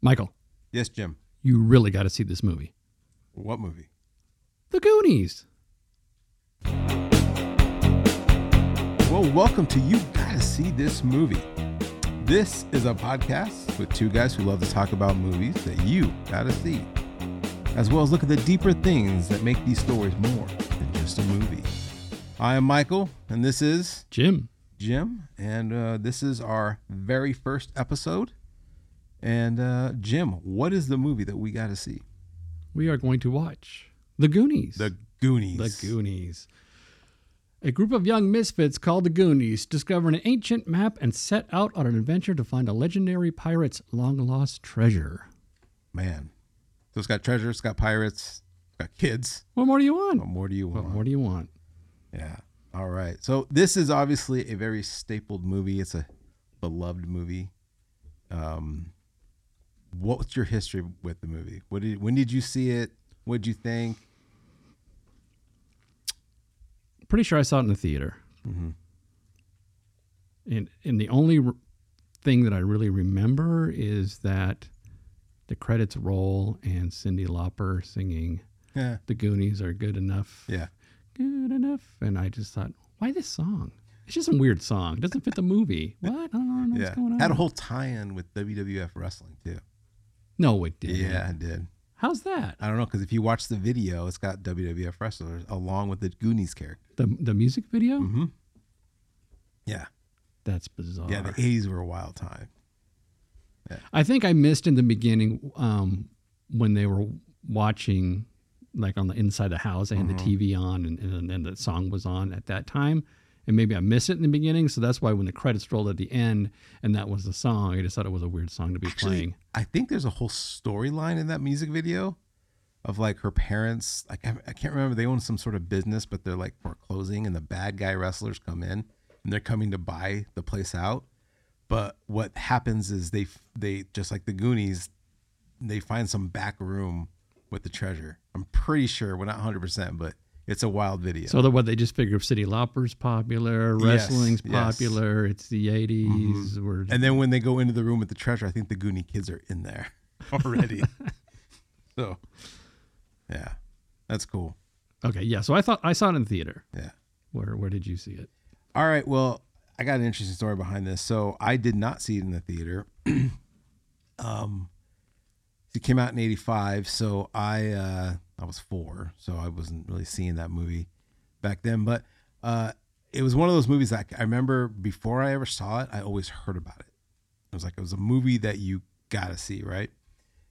Michael, Yes, Jim. you really got to see this movie. What movie? The Goonies. Well, welcome to You Gotta See This Movie. This is a podcast with two guys who love to talk about movies that you gotta see, as well as look at the deeper things that make these stories more than just a movie. I am Michael, and this is Jim, Jim, and uh, this is our very first episode. And uh, Jim, what is the movie that we gotta see? we are going to watch The Goonies. The Goonies. The Goonies. A group of young misfits called the Goonies discover an ancient map and set out on an adventure to find a legendary pirate's long lost treasure. Man. So it's got treasure, it's got pirates, it's got kids. What more do you want? What more do you What want? more do you want? Yeah. All right. So this is obviously a very stapled movie. It's a beloved movie. Um, what's your history with the movie? What did when did you see it? What did you think? Pretty sure I saw it in the theater. Mhm. And and the only r thing that I really remember is that the credits roll and Cindy Lauper singing Yeah. "The Goonies are good enough." Yeah. good enough. And I just thought, why this song? It's just some weird song. It doesn't fit the movie. What? I don't know, what's Yeah. going on. Had a whole tie-in with WWF wrestling too. no, it didn't. Yeah, it did. How's that? I don't know because if you watch the video, it's got WWF wrestlers along with the Goonies character. The the music video? Mm-hmm. Yeah. That's bizarre. Yeah. The '80s were a wild time. I think I missed in the beginning um, when they were watching, like on the inside the house, they had Mm-hmm. the TV on and, and then the song was on at that time. And maybe I missed it in the beginning. So that's why when the credits rolled at the end and that was the song, I just thought it was a weird song to be playing. I think there's a whole storyline in that music video of like her parents. I can't, I can't remember. They own some sort of business, but they're like foreclosing, and the bad guy wrestlers come in and they're coming to buy the place out. But what happens is they they just like the Goonies, they find some back room with the treasure. I'm pretty sure we're not 100, percent but it's a wild video. So the what they just figure City Lopper's popular, Yes, wrestling's yes. Mm-hmm. popular, it's the 80s we're and then when they go into the room with the treasure, I think the Goonie kids are in there already. so, yeah, that's cool. Okay, yeah. So I thought I saw it in the theater. Yeah. Where where did you see it? All right. Well, I got an interesting story behind this. So I did not see it in the theater. um, it came out in '85, so I uh, I was four, so I wasn't really seeing that movie back then. But uh, it was one of those movies that I remember before I ever saw it, I always heard about it. It was like it was a movie that you gotta see, right?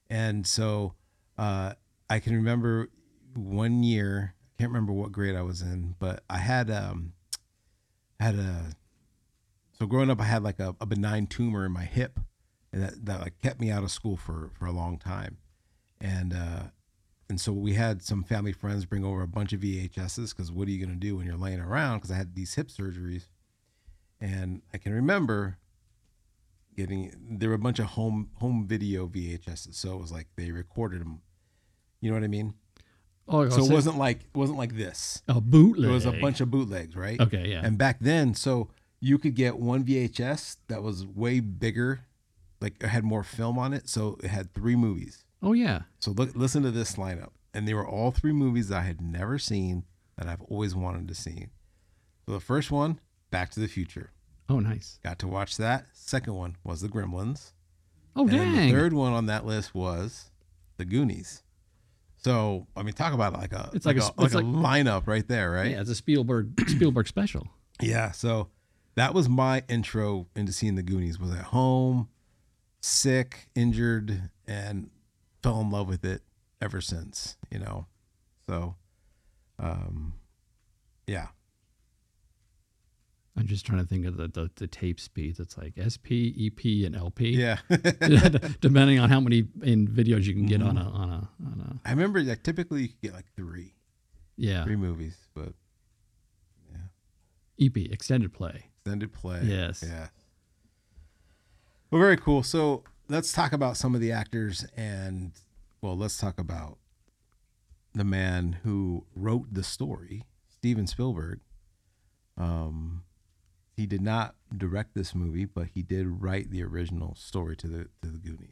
And so uh, I can remember one year. I can't remember what grade I was in, but I had um, I had a so growing up I had like a, a benign tumor in my hip and that, that like kept me out of school for for a long time and uh and so we had some family friends bring over a bunch of VHSs because what are you going to do when you're laying around because I had these hip surgeries and I can remember getting there were a bunch of home home video VHSs so it was like they recorded them you know what I mean Oh, so it wasn't like it wasn't like this a bootleg. it was a bunch of bootlegs right Okay, yeah. and back then, so you could get one VHS that was way bigger, like it had more film on it. So it had three movies. oh yeah. So look, listen to this lineup, and they were all three movies that I had never seen that I've always wanted to see. So the first one, Back to the Future, Oh nice. got to watch that. Second one was The Gremlins, Oh and dang. the third one on that list was The Goonies. So I mean, talk about like a It's like, like a a, sp- like it's a like- lineup right there, right? Yeah, it's a Spielberg Spielberg special. Yeah, so that was my intro into seeing the Goonies. Was at home, sick, injured, and fell in love with it ever since. You know, so, um, yeah, I'm just trying to think of the the, the tape speeds. It's like SP, EP, and LP. yeah. Depending on how many in videos you can get on a Mhm. on a on a I remember that typically you could get like three, yeah three movies, but EP E extended play. extended play. Yes. Yeah. Well, very cool. So let's talk about some of the actors and, well, let's talk about the man who wrote the story, Steven Spielberg. Um, he did not direct this movie, but he did write the original story to the to the Goonies.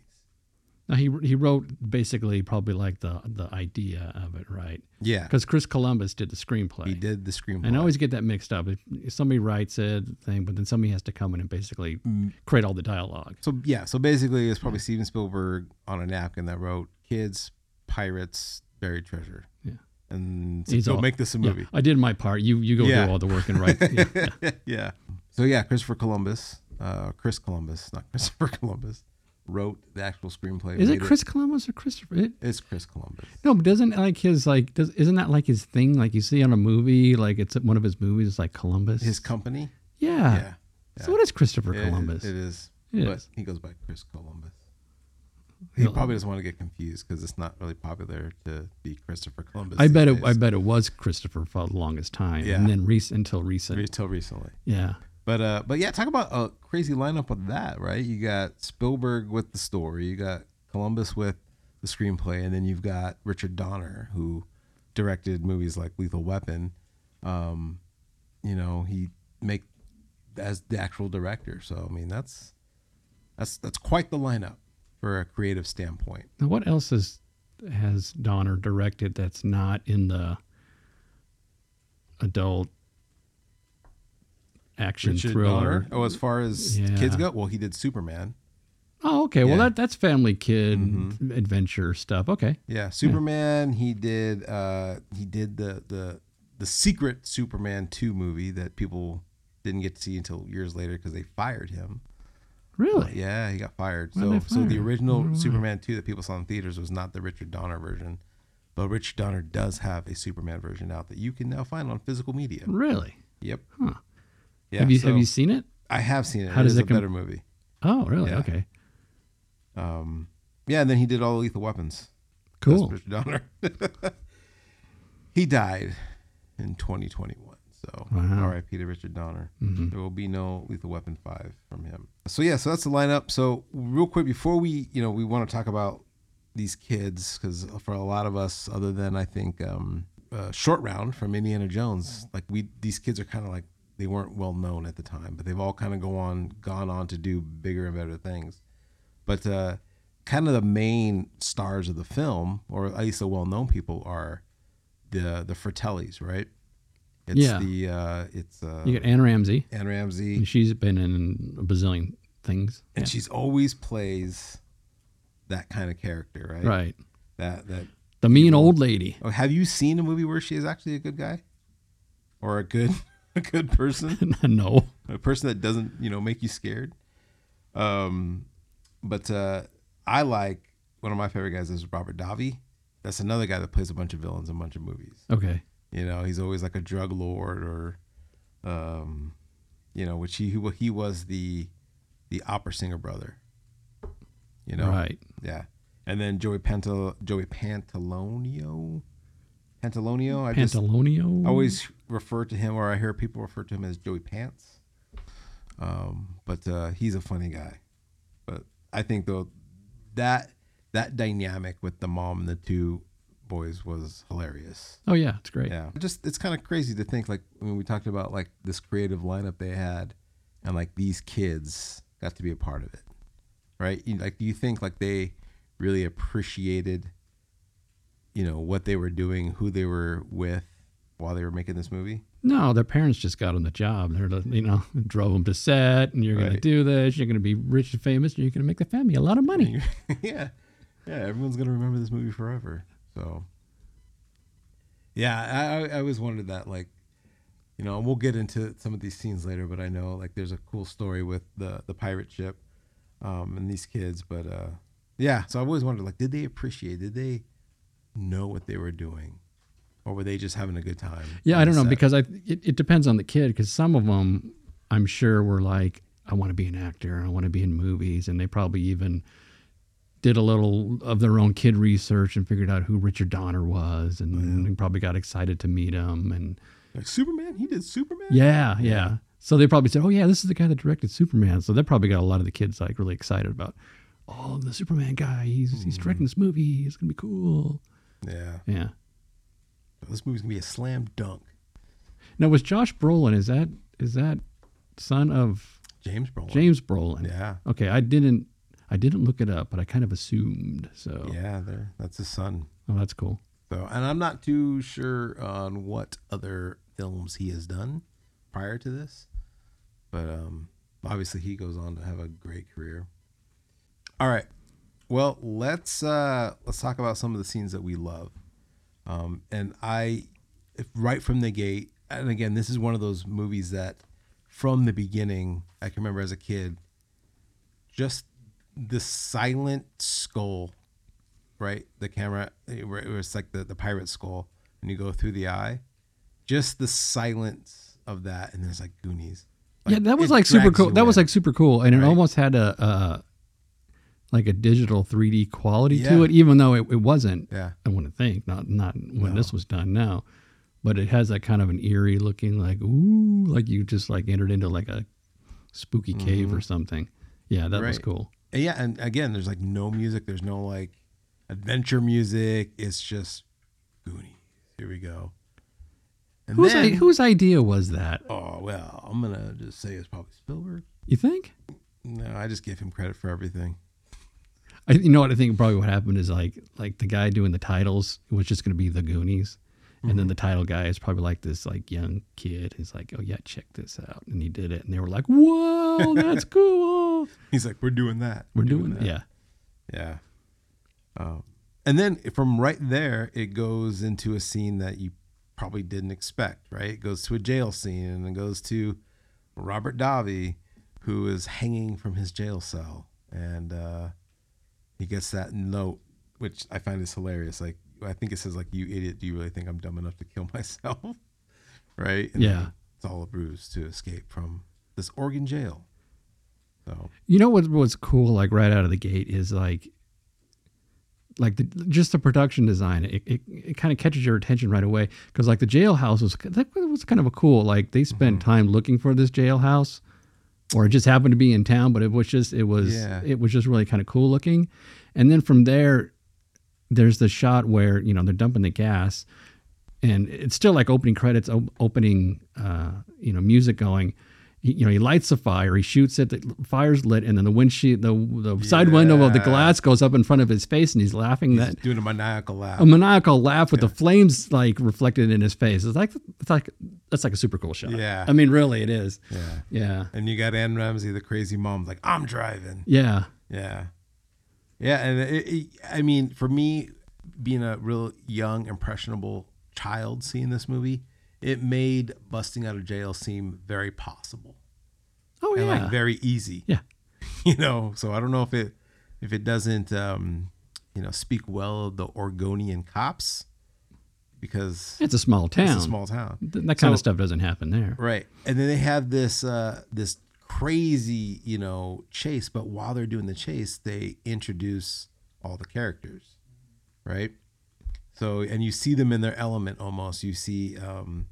Now he he wrote basically probably like the the idea of it, right? Yeah, Because Chris Columbus did the screenplay. he did the screenplay. And I always get that mixed up. If if somebody writes it, thing, but then somebody has to come in and basically Mm. create all the dialogue. So yeah, so basically, it's Mm. probably Steven Spielberg on a napkin that wrote "Kids, Pirates, Buried Treasure." Yeah. and He's go all- make this a Yeah, movie. I did my part. You you go Yeah. do all the work and write. yeah. Yeah. So yeah, Christopher Columbus, uh, Chris Columbus, not Christopher Columbus, wrote the actual screenplay. Is made it Chris Columbus or Christopher? It, It's Chris Columbus. no, but doesn't like his like does isn't that like his thing? Like you see on a movie, like it's one of his movies, it's like Columbus. His company. yeah. yeah. So what is Christopher It- Columbus? it is. It but is. he goes by Chris Columbus. He No. probably doesn't want to get confused because it's not really popular to be Christopher Columbus. I these bet it. days. I bet it was Christopher for the longest time, Yeah. and then rec- until recent. Until recently. yeah, But uh, but yeah, talk about a crazy lineup of that, right? You got Spielberg with the story, you got Columbus with the screenplay, and then you've got Richard Donner who directed movies like Lethal Weapon. Um, you know, he make as the actual director. So I mean, that's that's that's quite the lineup for a creative standpoint. Now, what else is, has Donner directed that's not in the adult action thriller? Donner. Oh, as far as Yeah. kids go, well, he did Superman. Oh, okay. Well, Yeah. Mm-hmm. that that's family kid adventure stuff. Okay. Yeah, Superman. He did. Uh, he did the the the secret Superman two movie that people didn't get to see until years later because they fired him. Really? Uh, Yeah, he got fired. Why'd so they so fire the him? Mm-hmm. original Superman two that people saw in theaters was not the Richard Donner version, but Richard Donner does have a Superman version out that you can now find on physical media. Really? Yep. Huh. Yeah. have you so have you seen it? I have seen it. How it does is it a com- better movie. Oh, really? Yeah. Okay. Um, yeah, and then he did all Lethal Weapons. That's Cool. Richard Donner. he died in 2021. So Wow. R.I.P. to Richard Donner. Mm-hmm. There will be no Lethal Weapon five from him. So yeah, so that's the lineup. So real quick before we, you know, we want to talk about these kids because for a lot of us, other than I think um, uh, Short Round from Indiana Jones, like we, these kids are kind of like they weren't well known at the time, but they've all kind of go on, gone on to do bigger and better things but uh, kind of the main stars of the film, or at least the well-known people, are the the Fratellis, right? It's Yeah. the uh, it's uh, You got Anne Ramsey. Anne and Ramsey, She's been in a bazillion things. and she's always plays that kind of character, right? Right. That that. The mean old lady. Oh, have you seen a movie where she is actually a good guy, or a good a good person? no. a person that doesn't you know make you scared um but uh i like one of my favorite guys is robert davi that's another guy that plays a bunch of villains in a bunch of movies Okay. you know he's always like a drug lord or um you know which he he wa- he was the the opera singer brother you know Right. yeah and then joey Pantal joey pantalonio pantalonio i just Pantalonio. I always refer to him, or I hear people refer to him as Joey Pants. Um, but uh, he's a funny guy. But I think though that that dynamic with the mom and the two boys was hilarious. Oh yeah, it's great. Yeah, just it's kind of crazy to think like when we talked about like this creative lineup they had, and like these kids got to be a part of it, right? You, like, do you think like they really appreciated, you know, what they were doing, who they were with, while they were making this movie? No, their parents just got on the job. They're you know drove them to set, and you're going Right. to do this. You're going to be rich and famous, and you're going to make the family a lot of money. yeah, yeah. Everyone's gonna remember this movie forever. So, yeah, I, I I always wondered that. Like, you know, and we'll get into some of these scenes later, but I know like there's a cool story with the the pirate ship, um, and these kids. But uh, yeah, so I've always wondered like, did they appreciate? Did they know what they were doing, or were they just having a good time? Yeah, on I the don't know set? because I it, it depends on the kid because some of them I'm sure were like I want to be an actor, I want to be in movies, and they probably even did a little of their own kid research and figured out who Richard Donner was, and, and probably got excited to meet him. And like Superman, he did Superman. yeah, yeah, So they probably said, "Oh yeah, this is the guy that directed Superman." So that probably got a lot of the kids like really excited about, "Oh, the Superman guy, he's he's Hmm. directing this movie. It's gonna be cool." yeah. Yeah. This movie's gonna be a slam dunk. Now was Josh Brolin? Is that is that son of James Brolin. James Brolin? Yeah. Okay, I didn't. I didn't look it up, but I kind of assumed. So Yeah, there. That's his son. oh, that's cool. So, and I'm not too sure on what other films he has done prior to this, but um, obviously he goes on to have a great career. All right, well let's uh, let's talk about some of the scenes that we love, um, and I if right from the gate. And again, this is one of those movies that from the beginning I can remember as a kid, just the silent skull right? The camera, it wa- it was like the, the pirate skull, and you go through the eye. Just the silence of that, and there's like Goonies. yeah, that was it like super drags cool. you That was in. like super cool, and it Right. almost had a, uh like a digital 3D quality Yeah. to it, even though it, it wasn't. Yeah. I wouldn't think not not when this was done. No, but it has that kind of an eerie looking, like ooh, like you just like entered into like a spooky cave or something. Yeah, that was Right. cool. And yeah, and again, there's like no music, there's no like adventure music. It's just Goonies. Here we go. And Whose then, I, whose idea was that? oh well, I'm gonna just say it's probably Spielberg. You think? No, I just give him credit for everything. I, you know what I think probably what happened is like like the guy doing the titles was just going to be the Goonies, and then the title guy is probably like this like young kid. He's like, oh yeah, check this out, and he did it, and they were like, whoa, that's cool. He's like, we're doing that. We're doing, that. yeah. Yeah. Um, and then from right there, it goes into a scene that you probably didn't expect, right? It goes to a jail scene and it goes to Robert Davi, who is hanging from his jail cell. And uh, he gets that note, which I find is hilarious. Like, I think it says, like, you idiot, do you really think I'm dumb enough to kill myself? right? And Yeah. It's all a bruise to escape from this Oregon jail. So, You know what was cool like right out of the gate is like like the, just the production design it, it, it kind of catches your attention right away because like the jailhouse was that was kind of a cool like they spent time looking for this jailhouse or it just happened to be in town but it was just it was Yeah. it was just really kind of cool looking and then from there there's the shot where you know they're dumping the gas and it's still like opening credits op- opening uh you know music going He- you know he lights the fire he shoots it the fire's lit and then the windshield the, the side window of the Yeah. glass goes up in front of his face and he's laughing he's that doing a maniacal laugh. a maniacal laugh with the flames like reflected in his face it's like it's like that's like a super cool shot Yeah. i mean really it is yeah. yeah And you got Ann Ramsey, the crazy mom, like I'm driving. yeah Yeah, yeah. And it, it, I mean, for me, being a real young, impressionable child, seeing this movie, it made busting out of jail seem very possible oh and yeah like very easy. yeah You know, so I don't know if it if it doesn't um, you know speak well of the Oregonian cops because it's a small town it's a small town. Th- that kind So- of stuff doesn't happen there Right. And then they have this uh this crazy, you know, chase, but while they're doing the chase, they introduce all the characters. Right? So and you see them in their element almost. You see um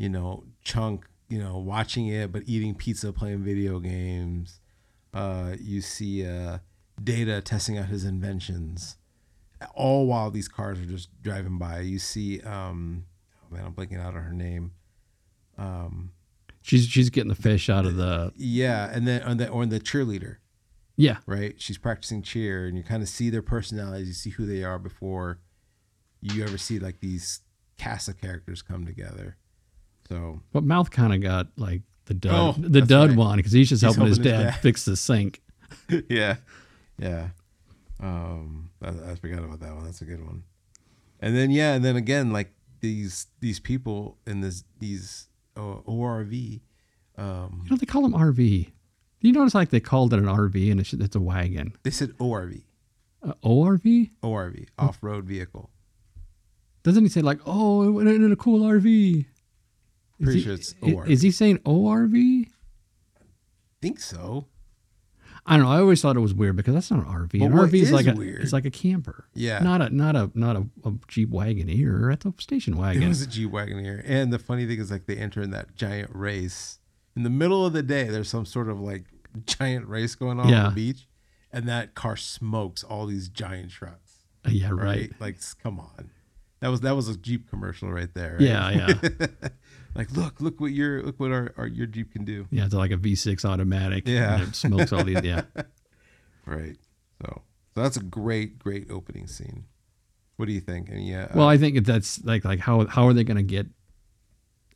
you know, Chunk, you know, watching it but eating pizza, playing video games. Uh you see uh Data testing out his inventions. All while these cars are just driving by. You see um oh man, I'm blanking out on her name. Um, she's she's getting the fish out of the Yeah, and then on the or the cheerleader, yeah right? She's practicing cheer, and you kind of see their personalities. You see who they are before you ever see like these cast of characters come together. So But Mouth kind of got like the dud, Oh, the that's dud right. one because he's just helping, his, helping his dad dad. fix the sink. yeah, yeah. Um, I, I forgot about that one. That's a good one. And then yeah, and then again, like these these people in this these uh, ORV. Um, You know they call them RV. You notice like they called it an RV and it's, it's a wagon. they said ORV, Uh, ORV? ORV, off road vehicle. Doesn't he say like oh in, in a cool RV? Is Pretty he- sure it's i- ORV. Is he saying ORV? think so. I don't know. I always thought it was weird because that's not an RV. But An what RV is is like a weird- it's like a camper. Yeah. Not a not a not a, a Jeep Wagoneer. That's a station wagon. It was a G wagon here, and the funny thing is, like they enter in that giant race in the middle of the day. There's some sort of like giant race going on on Yeah. the beach, and that car smokes all these giant trucks. Uh, yeah. Right. Right? Like, s- come on, that was that was a Jeep commercial right there. right? Yeah. Yeah. like, look, look what your look what our, our your Jeep can do. yeah. It's like a V6 automatic. Yeah. and it smokes all these. Yeah. Right. So, so that's a great, great opening scene. What do you think? uh, And yeah, Well, I think that's like like how how are they going to get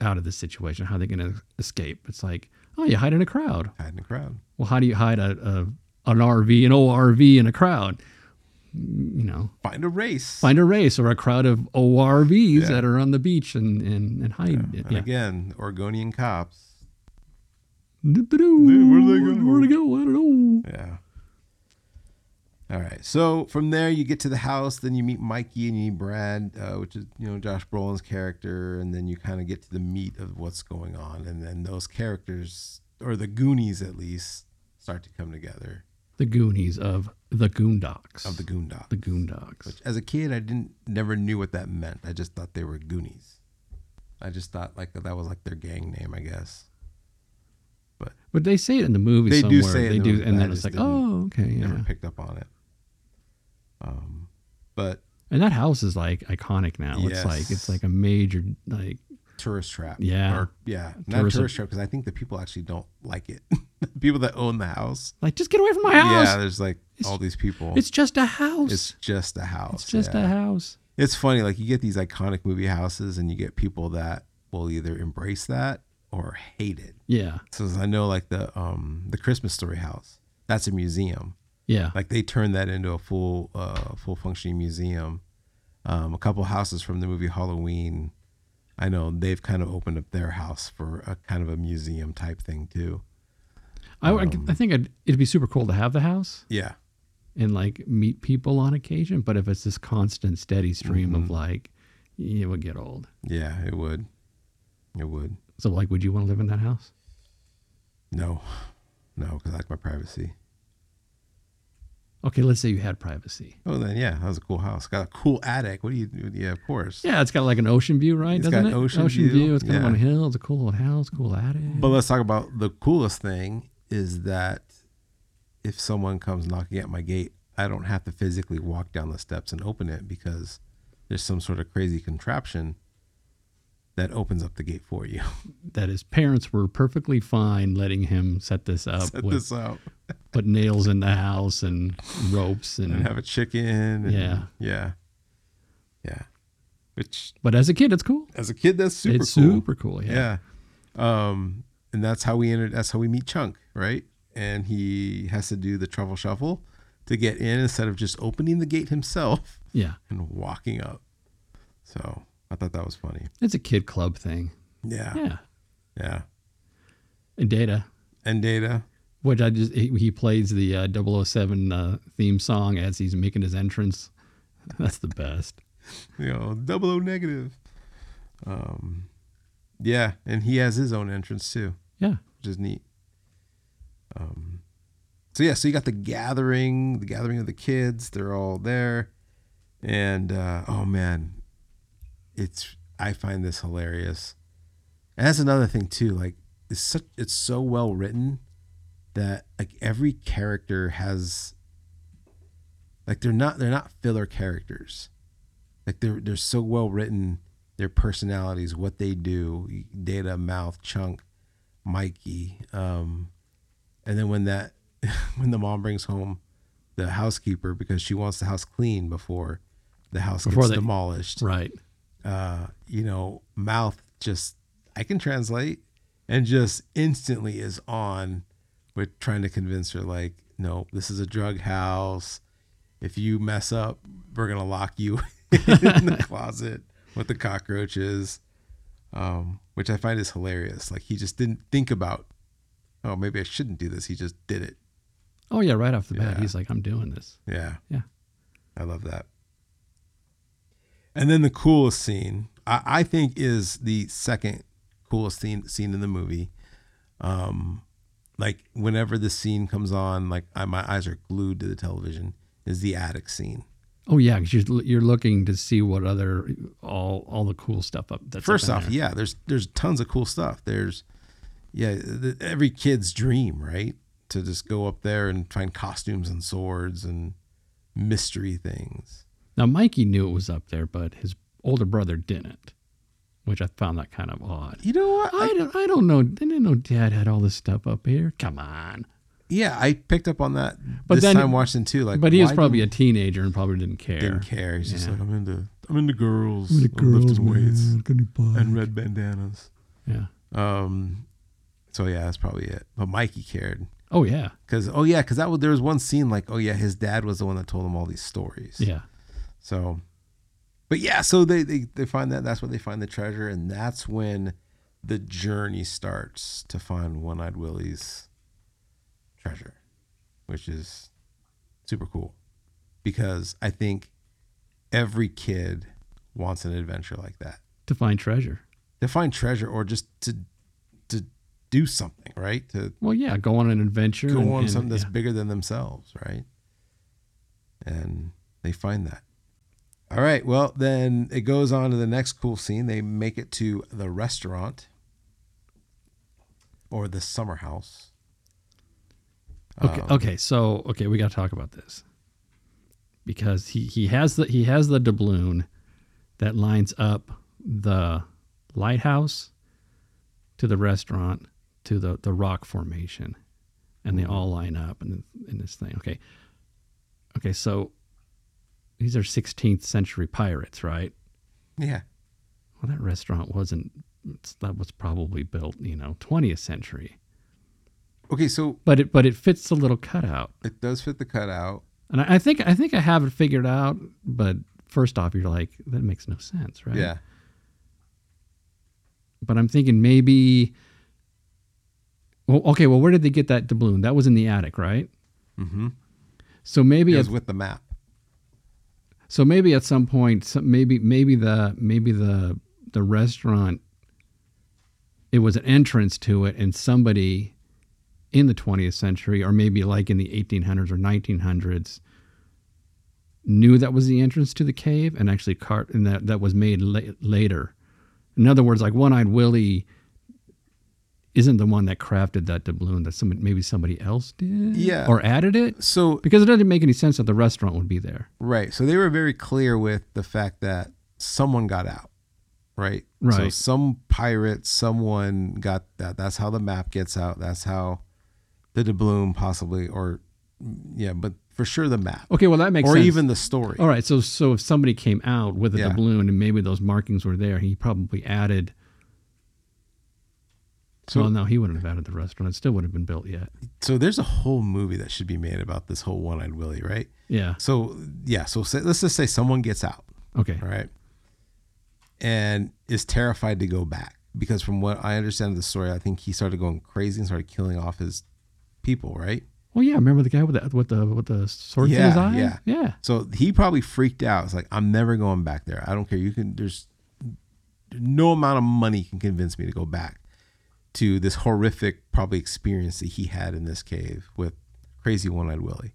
out of this situation? How are they going to escape? It's like, oh, you hide in a crowd. hide in the crowd. Well, how do you hide a, a an RV, an ORV in a crowd? Mm, You know, Find a race. find a race or a crowd of ORVs Yeah. that are on the beach and and, and hide. and Yeah. again, Oregonian cops. Where do where do they go? Where do they go? I don't know. Yeah. All right. So from there, you get to the house. Then you meet Mikey and you meet Brad, uh, which is you know Josh Brolin's character, and then you kind of get to the meat of what's going on, and then those characters or the Goonies at least start to come together The Goonies of the Goondocks. of the Goondock. the Goondocks. As a kid, I didn't never knew what that meant. I just thought they were Goonies. I just thought like that was like their gang name, I guess. But they say it in the movie They somewhere. do say it in they the do, movie, and but I then it's just like, didn't- oh, okay, yeah. Never picked up on it. Um, but And that house is like iconic now. It's like Yes. it's like a major like tourist trap. Yeah. Or, yeah. Not Tourist- tourist trap because I think the people actually don't like it. the people that own the house. like just get away from my house. Yeah. There's like It's- all these people. It's just a house. It's It's, just a house. just yeah. a house. It's funny. Like you get these iconic movie houses and you get people that will either embrace that or hate it. Yeah. So I know like the um the Christmas story house. That's a museum. Yeah. Like they turned that into a full uh full functioning museum. Um, a couple houses from the movie Halloween, I know they've kind of opened up their house for a kind of a museum type thing too. I, I- Um, I think I'd, it'd be super cool to have the house Yeah. and like meet people on occasion, but if it's this constant steady stream of Mm-hmm. like it would get old. Yeah, it would. It would. So like would you want to live in that house? No. No, because I like my privacy. Okay, let's say you had privacy. Oh, then yeah, that was a cool house. Got a cool attic. What do you? Yeah, of course. Yeah, it's got like an ocean view, right? It's Doesn't got it? ocean view, It's kind of yeah. on a hill. It's a cool little house, cool attic. But let's talk about the coolest thing is that if someone comes knocking at my gate, I don't have to physically walk down the steps and open it because there's some sort of crazy contraption that opens up the gate for you. that his parents were perfectly fine letting him set this up Set with this out put nails in the house and ropes and, and have a chicken. and- Mm. Yeah. Yeah. Yeah. Which but as a kid it's cool. as a kid, that's super it's cool. super cool, yeah. Yeah. Um, and that's how we entered. That's how we meet Chunk, right? And he has to do the truffle shuffle to get in instead of just opening the gate himself Yeah. and walking up. So I thought that was funny. It's a kid club thing. Yeah. Yeah. Yeah. And Data, And Data. which I just he, he plays the uh, 007 uh, theme song as he's making his entrance. That's the best. you know, double O negative. Um, yeah, and he has his own entrance too, Yeah. which is neat. Um, so yeah, so you got the gathering, the gathering of the kids. They're all there, and uh, oh man, it's I find this hilarious, and that's another thing too. Like it's such it's so well written that like every character has like they're not they're not filler characters like they're they're so well written their personalities what they do data mouth chunk mikey um and then when that when the mom brings home the housekeeper because she wants the house clean before the house Before gets they- demolished Right. uh, you know, mouth just I can translate and just instantly is on with trying to convince her like, no, this is a drug house. If you mess up, we're gonna lock you in the closet with the cockroaches. Um, which I find is hilarious. Like he just didn't think about, oh, maybe I shouldn't do this. He just did it. Oh yeah, right off the bat Yeah. he's like I'm doing this. Yeah. Yeah. I love that. And then the coolest scene, I, I think, is the second coolest scene scene in the movie. Um, like whenever the scene comes on, like I, my eyes are glued to the television. Is the attic scene? Oh yeah, cuz you're, you're looking to see what other all all the cool stuff up that's up First in off, there. yeah, there's there's tons of cool stuff. There's yeah, the, every kid's dream, right? To just go up there and find costumes and swords and mystery things. Now, Mikey knew it was up there, but his older brother didn't, which I found that kind of odd. You know what? I don't, I don't know. I didn't know Dad had all this stuff up here. Come on. yeah, I picked up on that But this then- time watching too. Like, but he was why probably a didn't- teenager and probably didn't care. didn't care. He's just Yeah. like, I'm into I'm into girls, I'm lifting weights and Yeah. red bandanas. Um, so yeah, that's probably it. But Mikey cared Oh yeah. because oh yeah, because that was there was one scene like oh yeah, his dad was the one that told him all these stories. Yeah. So, but yeah, so they they they find that that's when they find the treasure, and that's when the journey starts to find One Eyed Willie's treasure, which is super cool because I think every kid wants an adventure like that To find treasure. to find treasure or just to to do something right to Well, yeah. Go on an adventure. go and- on and- something that's yeah. bigger than themselves, right? And they find that. All right. Well, then it goes on to the next cool scene. They make it to the restaurant or the summer house. Um, Okay. okay. So okay, we got to talk about this because he he has the he has the doubloon that lines up the lighthouse to the restaurant to the the rock formation, and they all line up in in this thing. Okay. Okay. So these are 16th century pirates, right? Yeah. Well, that restaurant wasn't. it's- That was probably built, you know, 20th century. Okay. So But it but it fits the little cutout. it does fit the cutout. And I, I think I think I have it figured out, but first off, you're like, that makes no sense, right? Yeah. But I'm thinking maybe well, okay, well, where did they get that doubloon? That was in the attic, right? Mm-hmm. So maybe It at, was with the map. so maybe at some point, some, maybe maybe the maybe the the restaurant it was an entrance to it, and somebody in the 20th century, or maybe like in the 1800s or 1900s, knew that was the entrance to the cave and actually cart and that that was made la- later. In other words, like One Eyed Willie isn't the one that crafted that doubloon. That somebody maybe somebody else did, Yeah. or added it So because it doesn't make any sense that the restaurant would be there, Right. So they were very clear with the fact that someone got out. Right. So Right. some pirate, someone got that. That's how the map gets out. That's how the doubloon possibly, or yeah, but for sure the map, Okay, well that makes or sense. Oh. even the story. all right. So so if somebody came out with a Yeah. doubloon and maybe those markings were there, he probably added. So- well, no, he wouldn't have added the restaurant. It still would have been built yet. So there's a whole movie that should be made about this whole one-eyed Willie, right? Yeah. So yeah. So say, let's just say someone gets out. Okay. All right. And is terrified to go back because from what I understand of the story, I think he started going crazy and started killing off his people, right? Well, yeah. Remember the guy with the with the with the sword in his Yeah, eye? yeah. Yeah. So he probably freaked out. It's like I'm never going back there. I don't care. You can there's no amount of money can convince me to go back to this horrific probably experience that he had in this cave with crazy one-eyed Willie.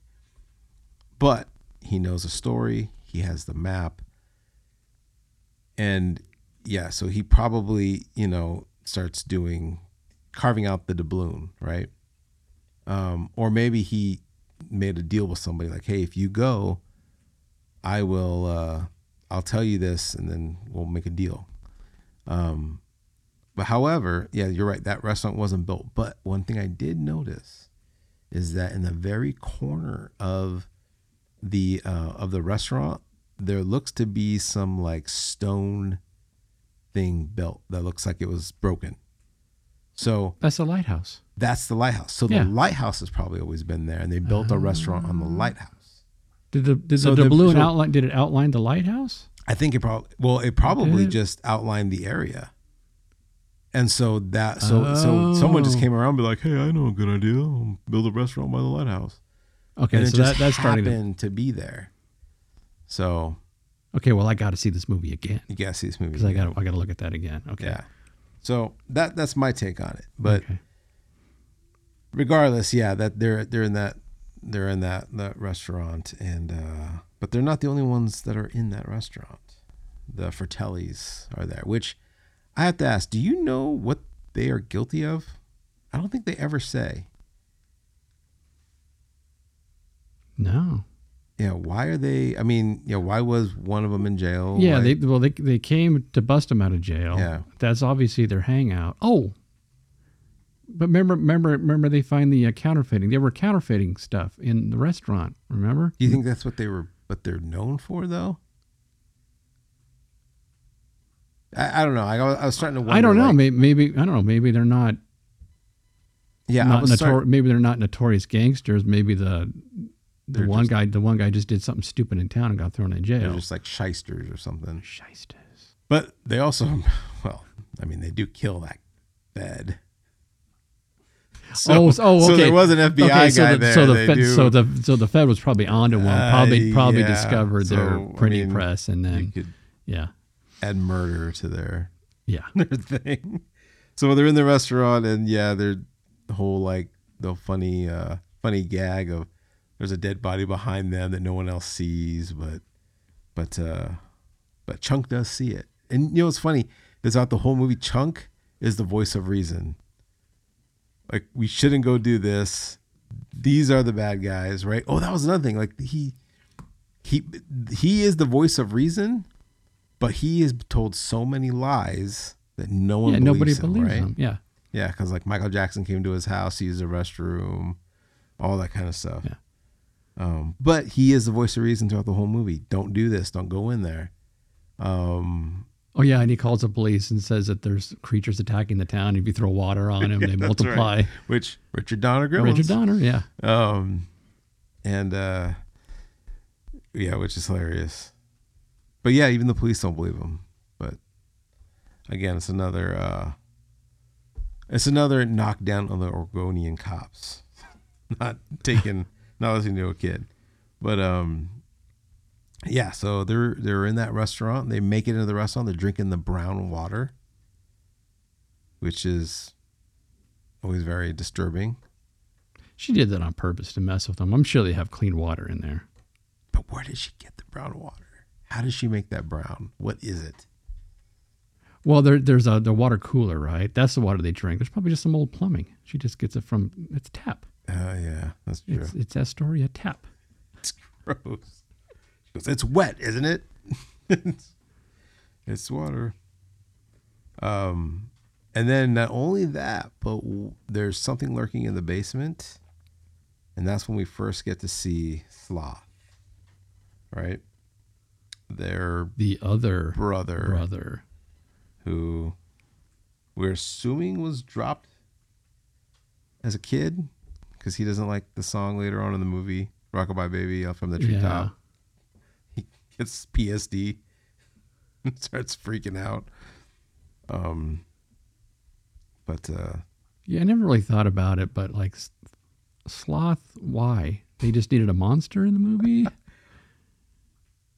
But he knows a story. He has the map. And yeah, so he probably, you know, starts doing carving out the doubloon, right? Um, or maybe he made a deal with somebody like, hey, if you go, I will, uh, I'll tell you this and then we'll make a deal. Um, but however, yeah, you're right. That restaurant wasn't built. But one thing I did notice is that in the very corner of the, uh, of the restaurant, there looks to be some like stone thing built that looks like it was broken. So, That's a lighthouse. that's the lighthouse. So Yeah. the lighthouse has probably always been there, and they built a restaurant on the lighthouse. Did the did So the the- doubloon so- outline? Did it outline the lighthouse? I think it probably well, it probably Did it? just outlined the area, and so that so so someone just Oh. came around and be like, "Hey, I know a good idea. I'll build a restaurant by the lighthouse," Okay, and it so just that, that's starting. To, happened to be there. So okay, well, I got to see this movie again you gotta see this movie. because I got I got to look at that again. Okay. yeah. So that that's my take on it, but Okay. regardless, yeah, that they're they're in that they're in that that restaurant, and uh, but they're not the only ones that are in that restaurant. The Fratellis are there, which I have to ask: Do you know what they are guilty of? I don't think they ever say. No. Yeah, why are they? I mean, yeah, why was one of them in jail? Yeah, they Why- well they they came to bust him out of jail. Yeah. That's obviously their hangout. Oh. But remember, remember, remember, they find the uh, counterfeiting. They were counterfeiting stuff in the restaurant. Remember? Do you think that's what they were, what they're known for, though? I, I don't know. I, I was starting to. Wonder, I don't know. like- Maybe, maybe I don't know. Maybe they're not. Yeah, I not was notor- start- maybe they're not notorious gangsters. Maybe the the They're one just- guy, the one guy, just did something stupid in town and got thrown in they're jail. just like shysters or something. Shysters. But they also, well, I mean, they do kill that bed. So, oh, s- oh, okay. So there was an FBI guy okay, so the, there. So the, they Fed, do, so the so the Fed was probably onto one. Uh, Probably probably yeah, discovered their so, I printing mean, press and you then could yeah add murder to their yeah. their thing. So they're in the restaurant, and yeah, their the whole like the funny uh funny gag of there's a dead body behind them that no one else sees, but but uh but Chunk does see it. And you know what's funny is throughout the whole movie, Chunk is the voice of reason. Like we shouldn't go do this. These are the bad guys, right? Oh, that was another thing. Like he he he is the voice of reason, but he has told so many lies that no one yeah, believes nobody him, believes right? them. Yeah, Yeah, because like Michael Jackson came to his house, used the restroom, all that kind of stuff. Yeah. Um, but he is the voice of reason throughout the whole movie. Don't do this. Don't go in there. Um, Oh yeah, and he calls the police and says that there's creatures attacking the town. If you throw water on them, they multiply. which Richard Donner Grillins. Richard Donner, yeah, Um, and uh, yeah, which is hilarious. But yeah, even the police don't believe him. But again, it's another uh, it's another knockdown on the Oregonian cops, not taking, not listening to a kid. But um, yeah, so they're they're in that restaurant. They make it into the restaurant. They're drinking the brown water, which is always very disturbing. she did that on purpose to mess with them. I'm sure they have clean water in there. But where did she get the brown water? How does she make that brown? What is it? Well, there, there's a the water cooler, right? That's the water they drink. There's probably just some old plumbing. She just gets it from it's tap. Oh yeah, that's true. It's it's Astoria tap. It's, gross. She goes, it's wet, isn't it? it's, it's water. Um, and then not only that, but w- there's something lurking in the basement, and that's when we first get to see Sloth. Right, their The other brother, brother. who we're assuming was dropped as a kid because he doesn't like the song later on in the movie rockabye baby uh, from the Yeah. treetop he gets psd and starts freaking out um but uh Yeah, I never really thought about it, but like s- sloth, why they just needed a monster in the movie?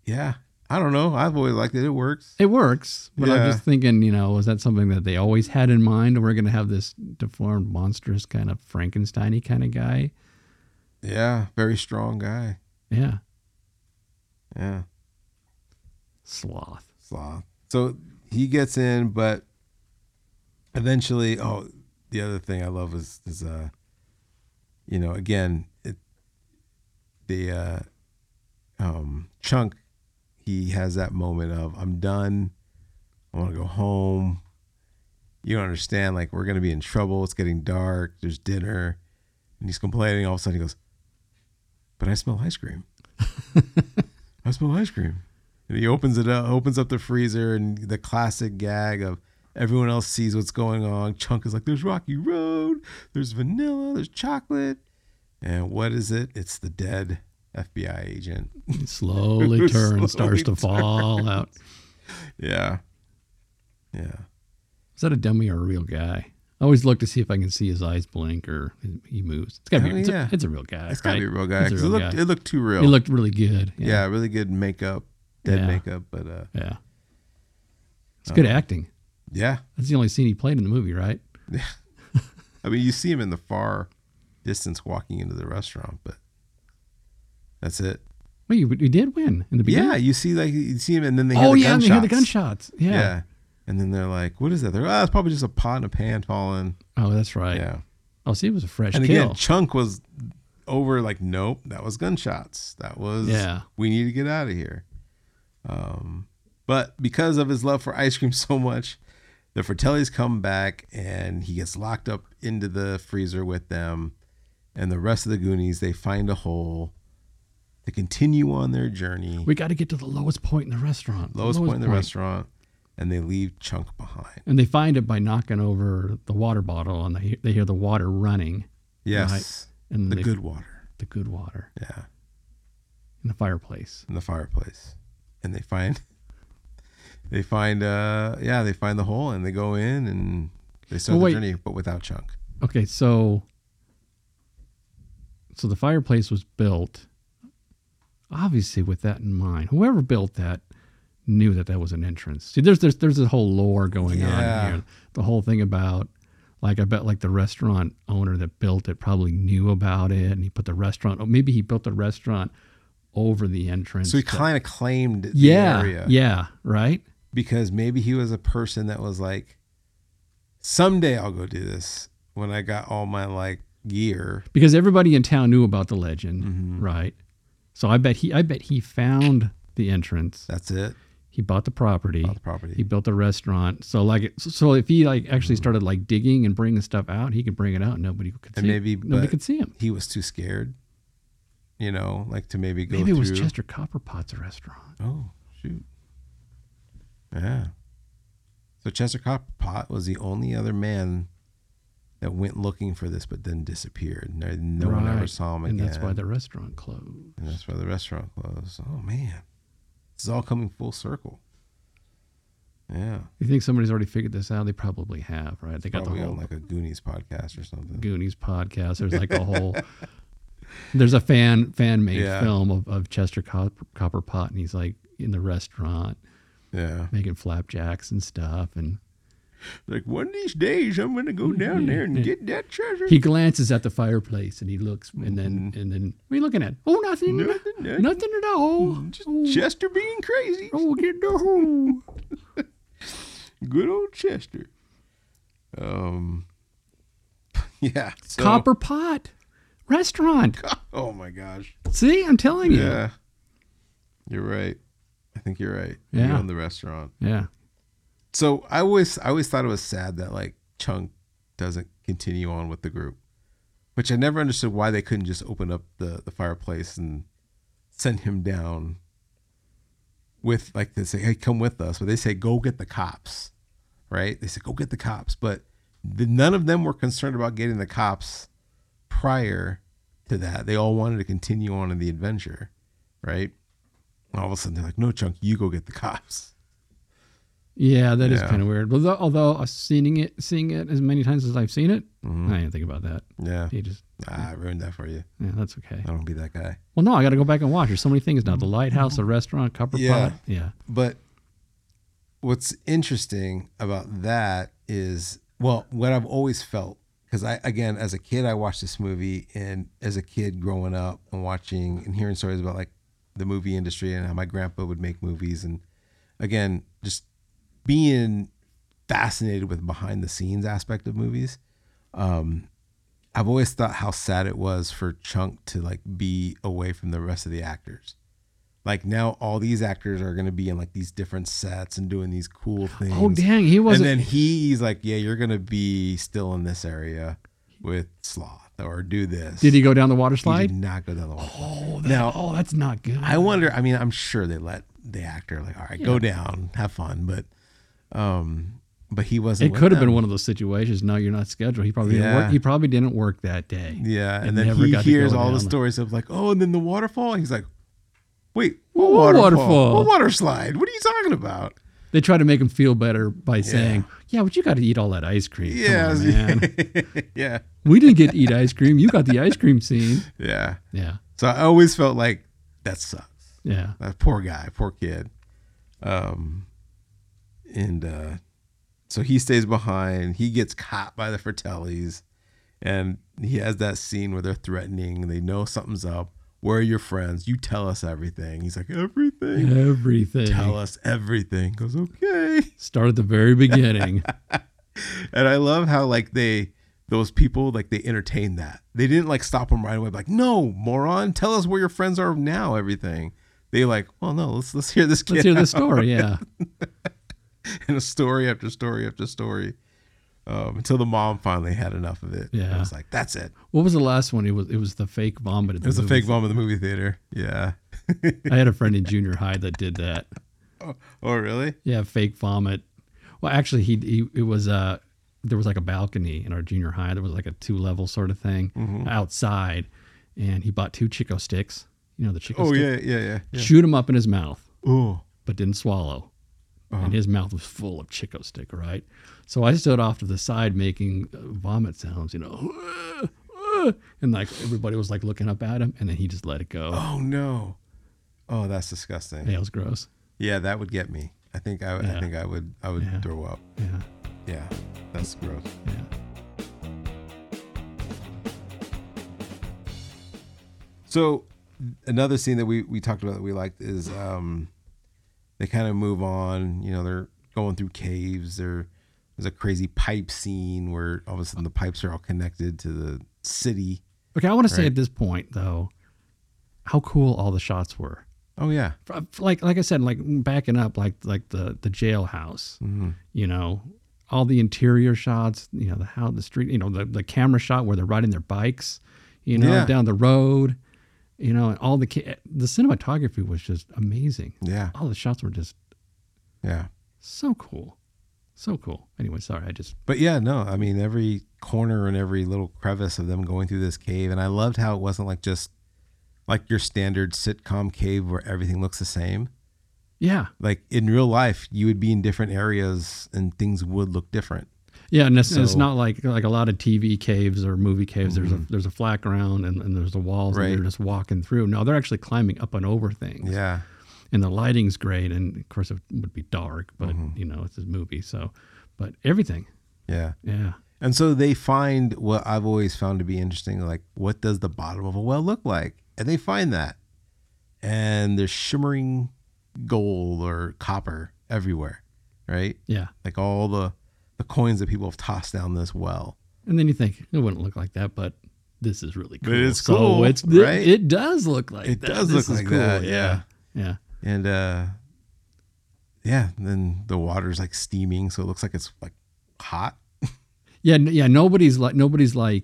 yeah i don't know i've always liked it it works It works, but Yeah. I'm just thinking, you know, is that something that they always had in mind? We're going to have this deformed, monstrous kind of Frankenstein-y kind of guy. yeah very strong guy Yeah, yeah sloth. sloth. So he gets in, but eventually, oh, the other thing I love is is uh, you know, again, it the uh, um, chunk. He has that moment of I'm done. I want to go home. You don't understand. Like we're gonna be in trouble. It's getting dark. There's dinner, and he's complaining. All of a sudden, he goes, "But I smell ice cream. I smell ice cream." And he opens it up, opens up the freezer, and the classic gag of everyone else sees what's going on. Chunk is like, "There's Rocky Road, there's vanilla, there's chocolate, and what is it? It's the dead FBI agent." It slowly turns, starts to Slowly fall out. Yeah, yeah, Is that a dummy or a real guy? I always look to see if I can see his eyes blink or he moves. It's got to be. Oh, it's, yeah. a, it's a real guy. it's gotta right? be a real guy. It's a 'cause real it looked, guy. it looked too real. He looked really good. yeah. Yeah, really good makeup, dead Yeah. makeup, but uh, yeah. It's good acting. yeah. That's the only scene he played in the movie, right? I mean, you see him in the far distance walking into the restaurant, but that's it. Wait, you, you did win in the beginning. Yeah, you see, like you see him, and then they hear Oh the yeah, and gunshots. they hear the gunshots. Yeah. Yeah. And then they're like, what is that? They're, oh, it's probably just a pot and a pan falling. Oh, that's right. Yeah. Oh, see, it was a fresh And kill. again, Chunk was over like, nope, that was gunshots. That was, Yeah. we need to get out of here. Um, but because of his love for ice cream so much, the Fratellis come back and he gets locked up into the freezer with them. And the rest of the Goonies, they find a hole to continue on their journey. We got to get to the lowest point in the restaurant. lowest, point in the restaurant. And they leave Chunk behind. And they find it by knocking over the water bottle, and they they hear the water running, Yes. and The they, good water. the good water Yeah. in the fireplace. In the fireplace. And they find they find uh yeah, they find the hole and they go in and they start Well, the wait. journey, but without Chunk. Okay, so so the fireplace was built obviously with that in mind. Whoever built that knew that that was an entrance. See, there's there's there's this whole lore going Yeah. on here. The whole thing about like I bet like the restaurant owner that built it probably knew about it and he put the restaurant oh, maybe he built the restaurant over the entrance. So he that- kind of claimed the yeah, area. yeah, right? because maybe he was a person that was like, someday I'll go do this when I got all my like gear. because everybody in town knew about the legend, Mm-hmm. right? So I bet he I bet he found the entrance. That's it. He bought the property. Bought the property. He built a restaurant. So like so if he like actually Mm-hmm. started like digging and bringing stuff out, he could bring it out and nobody could see. And maybe- nobody but could see him. He was too scared, you know, like to maybe go. Maybe it was through- Chester Copperpot's restaurant. Oh shoot. Yeah. So Chester Copperpot was the only other man that went looking for this, but then disappeared. No, no one ever Right. saw him and again. that's why the restaurant closed. and that's why the restaurant closed. Oh man, this is all coming full circle. Yeah. You think somebody's already figured this out? They probably have, right? They got the probably whole on like a Goonies podcast or something. Goonies podcast. There's like a whole. There's a fan fan made Yeah. film of, of Chester Copper, Copperpot, and he's like in the restaurant Yeah. making flapjacks and stuff, and Like one of these days, I'm gonna go down there and get that treasure. he glances at the fireplace and he looks, and then Mm-hmm. and then what are you looking at? Oh, nothing, Nothing, nothing. nothing, at all. Mm, oh, Chester being crazy. oh, get the hole. Good old Chester. Um. Yeah. so- Copper Pot restaurant. Oh my gosh. See, I'm telling you. Yeah. You're right. I think you're right. You Yeah. own the restaurant. yeah. So I always I always thought it was sad that like Chunk doesn't continue on with the group, which I never understood why they couldn't just open up the the fireplace and send him down with like they say hey come with us, but they say go get the cops, right? They said go get the cops, but the, none of them were concerned about getting the cops prior to that. They all wanted to continue on in the adventure, right? And all of a sudden they're like, no, Chunk, you go get the cops. Yeah, that is Yeah. kind of weird. Although, although uh, seeing it, seeing it as many times as I've seen it, Mm-hmm. I didn't think about that. Yeah. He just, Ah, I ruined that for you. yeah, that's okay. I don't be that guy. Well, no, I got to go back and watch. There's so many things now: the lighthouse, the restaurant, copper Mm-hmm. Yeah. pot. Yeah, But what's interesting about that is, well, what I've always felt, because I, again, as a kid, I watched this movie, and as a kid growing up and watching and hearing stories about like the movie industry and how my grandpa would make movies, and again, just being fascinated with behind the scenes aspect of movies. Um, I've always thought how sad it was for Chunk to like be away from the rest of the actors like now all these actors are going to be in like these different sets and doing these cool things. Oh, dang, he And wasn't- then he's like, "Yeah, you're going to be still in this area with Sloth or do this." did he go down the water He slide? did not go down the water. Oh, that, Now- oh, that's not good. I wonder. I mean, I'm sure they let the actor like, "All right, go down, have fun," but, um, but he wasn't. it with could have been them. one of those situations. No, you're not scheduled. He probably didn't Yeah. work. He probably didn't work that day. Yeah, It and then never he got to hears go all the down. stories of like, "Oh, and then the waterfall." He's like, "Wait, what, What waterfall? waterfall? What water slide? What are you talking about?" They try to make him feel better by saying, "Yeah, but you got to eat all that ice cream." Come Yeah, on, man. yeah, we didn't get to eat ice cream. You got the ice cream scene. yeah. Yeah, So I always felt like that sucks. yeah. That poor guy, poor kid. Um, and uh, so he stays behind. He gets caught by the Fratellis, and he has that scene where they're threatening. They know something's up. Where are your friends? You tell us everything. He's like, everything. Everything. Tell us everything. Goes okay. Start at the very beginning. And I love how like they those people like they entertained that. They didn't like stop them right away. Like, no, moron, tell us where your friends are now. Everything. They like, well, no, let's let's hear this Let's kid. hear the out." story. Yeah. and a story after story after story um, until the mom finally had enough of it. Yeah. I was like, that's it. What was the last one? It was it was the fake vomit. At the It was a movie fake mom at the movie theater. Yeah. I had a friend in junior high that did that. oh, really? Yeah, fake vomit. Well, actually, he, he it was uh there was like a balcony in our junior high. There was like a two level sort of thing Mm-hmm. outside, and he bought two Chico sticks. You know the Chico. Oh, stick? yeah, yeah, yeah. yeah. Shoot him up in his mouth, Oh, but didn't swallow. Uh-huh. And his mouth was full of Chico stick, right? So I stood off to the side making uh, vomit sounds, you know, and like everybody was like looking up at him, and then he just let it go. oh no. Oh, that's disgusting. Yeah, it was gross. Yeah, that would get me. I think I, I Yeah. think I would I would Yeah. throw up. Yeah, Yeah, that's gross. yeah. So another scene that we we talked about that we liked is um they kind of move on. You know, they're going through caves. There there's a crazy pipe scene where all of a sudden the pipes are all connected to the city. Okay, I want to say Right. at this point though, how cool all the shots were. Oh yeah, F- f- Like like I said, like backing up, like like the the jailhouse. Mm-hmm. You know, all the interior shots. You know, the how the street. You know, the the camera shot where they're riding their bikes. You know, Yeah. down the road. You know, and all the ca- the cinematography was just amazing. yeah, All the shots were just yeah. so cool, so cool. Anyway, sorry, I just But yeah, no, I mean every corner and every little crevice of them going through this cave, and I loved how it wasn't like just like your standard sitcom cave where everything looks the same. yeah Like in real life, you would be in different areas and things would look different. Yeah, and it's, it's So- Mm-hmm. not like like a lot of TV caves or movie caves. There's a there's a flat ground and, and there's the walls and Right. they're just walking through. No, they're actually climbing up and over things. Yeah, And the lighting's great, and of course it would be dark, but Mm-hmm. you know it's a movie, so but everything, yeah. yeah, And so they find what I've always found to be interesting, like what does the bottom of a well look like? And they find that, and there's shimmering gold or copper everywhere, right? yeah. Like all the the coins that people have tossed down this well. And then you think it wouldn't look like that, but this is really cool. it's so cool, It's it, right? it does look like It that. does This look is like that, yeah. yeah. and uh yeah and then the water's like steaming so it looks like it's like hot Yeah, n- yeah. Nobody's like nobody's like,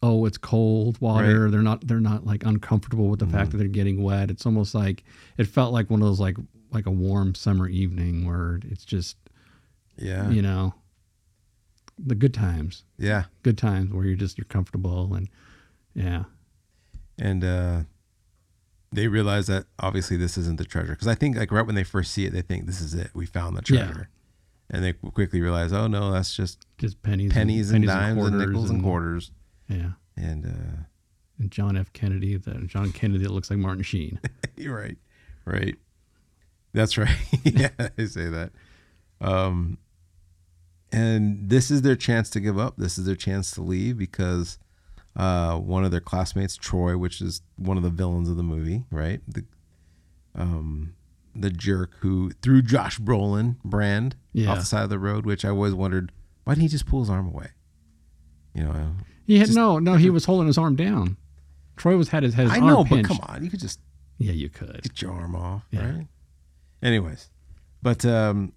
oh, it's cold water. They're not they're not like uncomfortable with the Mm-hmm. fact that they're getting wet. It's almost like it felt like one of those like like a warm summer evening where it's just yeah you know the good times, yeah good times where you're just you're comfortable and yeah, and uh they realize that obviously this isn't the treasure because i think like right when they first see it they think this is it we found the Yeah. treasure and they quickly realize oh no that's just just pennies, pennies and, dimes and, quarters nickels and, quarters Yeah, and uh and John F. Kennedy, that John Kennedy that looks like Martin Sheen. You're right. Right. That's right. yeah, I say that. Um, and this is their chance to give up. This is their chance to leave because uh, one of their classmates, Troy, which is one of the villains of the movie, right? The um, the jerk who threw Josh Brolin brand Yeah. off the side of the road, which I always wondered why didn't he just pull his arm away? You know, He had Just- no, no. He was holding his arm down. Troy was had his had his I, I arm know, but pinched. come on, you could just Yeah, you could. get your arm off, Yeah. right? Anyways, but um,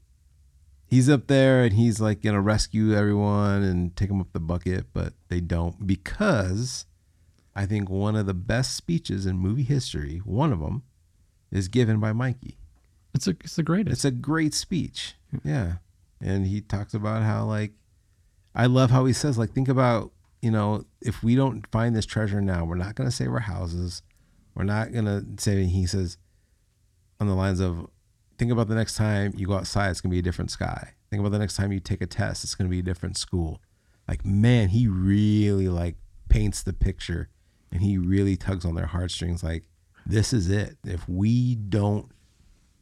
he's up there and he's like gonna rescue everyone and take them up the bucket, but they don't because I think one of the best speeches in movie history, one of them, is given by Mikey. It's a, it's the greatest. It's a great speech, yeah, and he talks about how like I love how he says like think about you know if we don't find this treasure now, we're not gonna save our houses, we're not gonna say he says on the lines of think about the next time you go outside it's going to be a different sky think about the next time you take a test it's going to be a different school like man he really like paints the picture and he really tugs on their heartstrings like this is it if we don't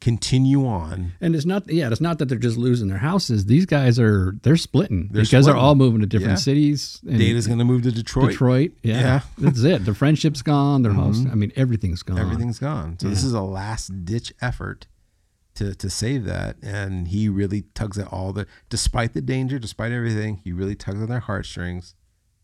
continue on And it's not, yeah, it's not that they're just losing their houses. These guys are they're splitting They're because they're splitting. all moving to different Yeah. cities. And data's going to move to detroit, Detroit, yeah, Yeah. Mm-hmm. that's it. Their friendship's gone. Their house, I mean, everything's gone. everything's gone so this is a last ditch effort to, to save that and he really tugs at all the despite the danger despite everything he really tugs on their heartstrings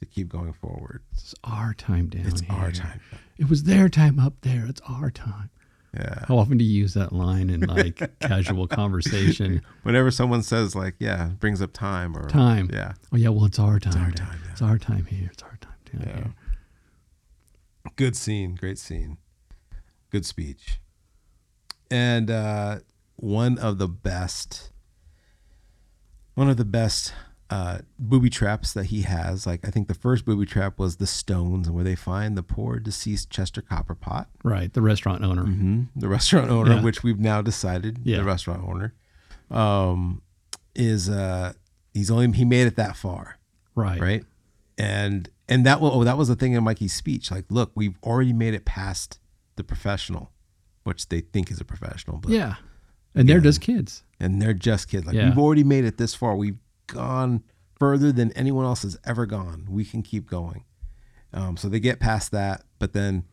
to keep going forward It's our time down it's here. our time It was their time up there. It's our time. Yeah. How often do you use that line in like casual conversation? Whenever someone says like, yeah, brings up time or Time. Yeah. Oh yeah, well it's our time. It's our time now. It's our time here. It's our time down Yeah. here. Good scene, great scene. Good speech. And uh one of the best one of the best uh booby traps that he has. Like I think the first booby trap was the stones and where they find the poor deceased Chester Copperpot. Right. The restaurant owner. Mhm. the restaurant owner, Mm-hmm. Yeah. which we've now decided Yeah. the restaurant owner um, is uh, he's only he made it that far, Right. right? And and that will oh that was the thing in Mikey's speech. Like, look, we've already made it past the professional, which they think is a professional, but Yeah. And they're just kids. and they're just kids. Like Yeah. we've already made it this far. We've gone further than anyone else has ever gone. We can keep going. Um, so they get past that, but then,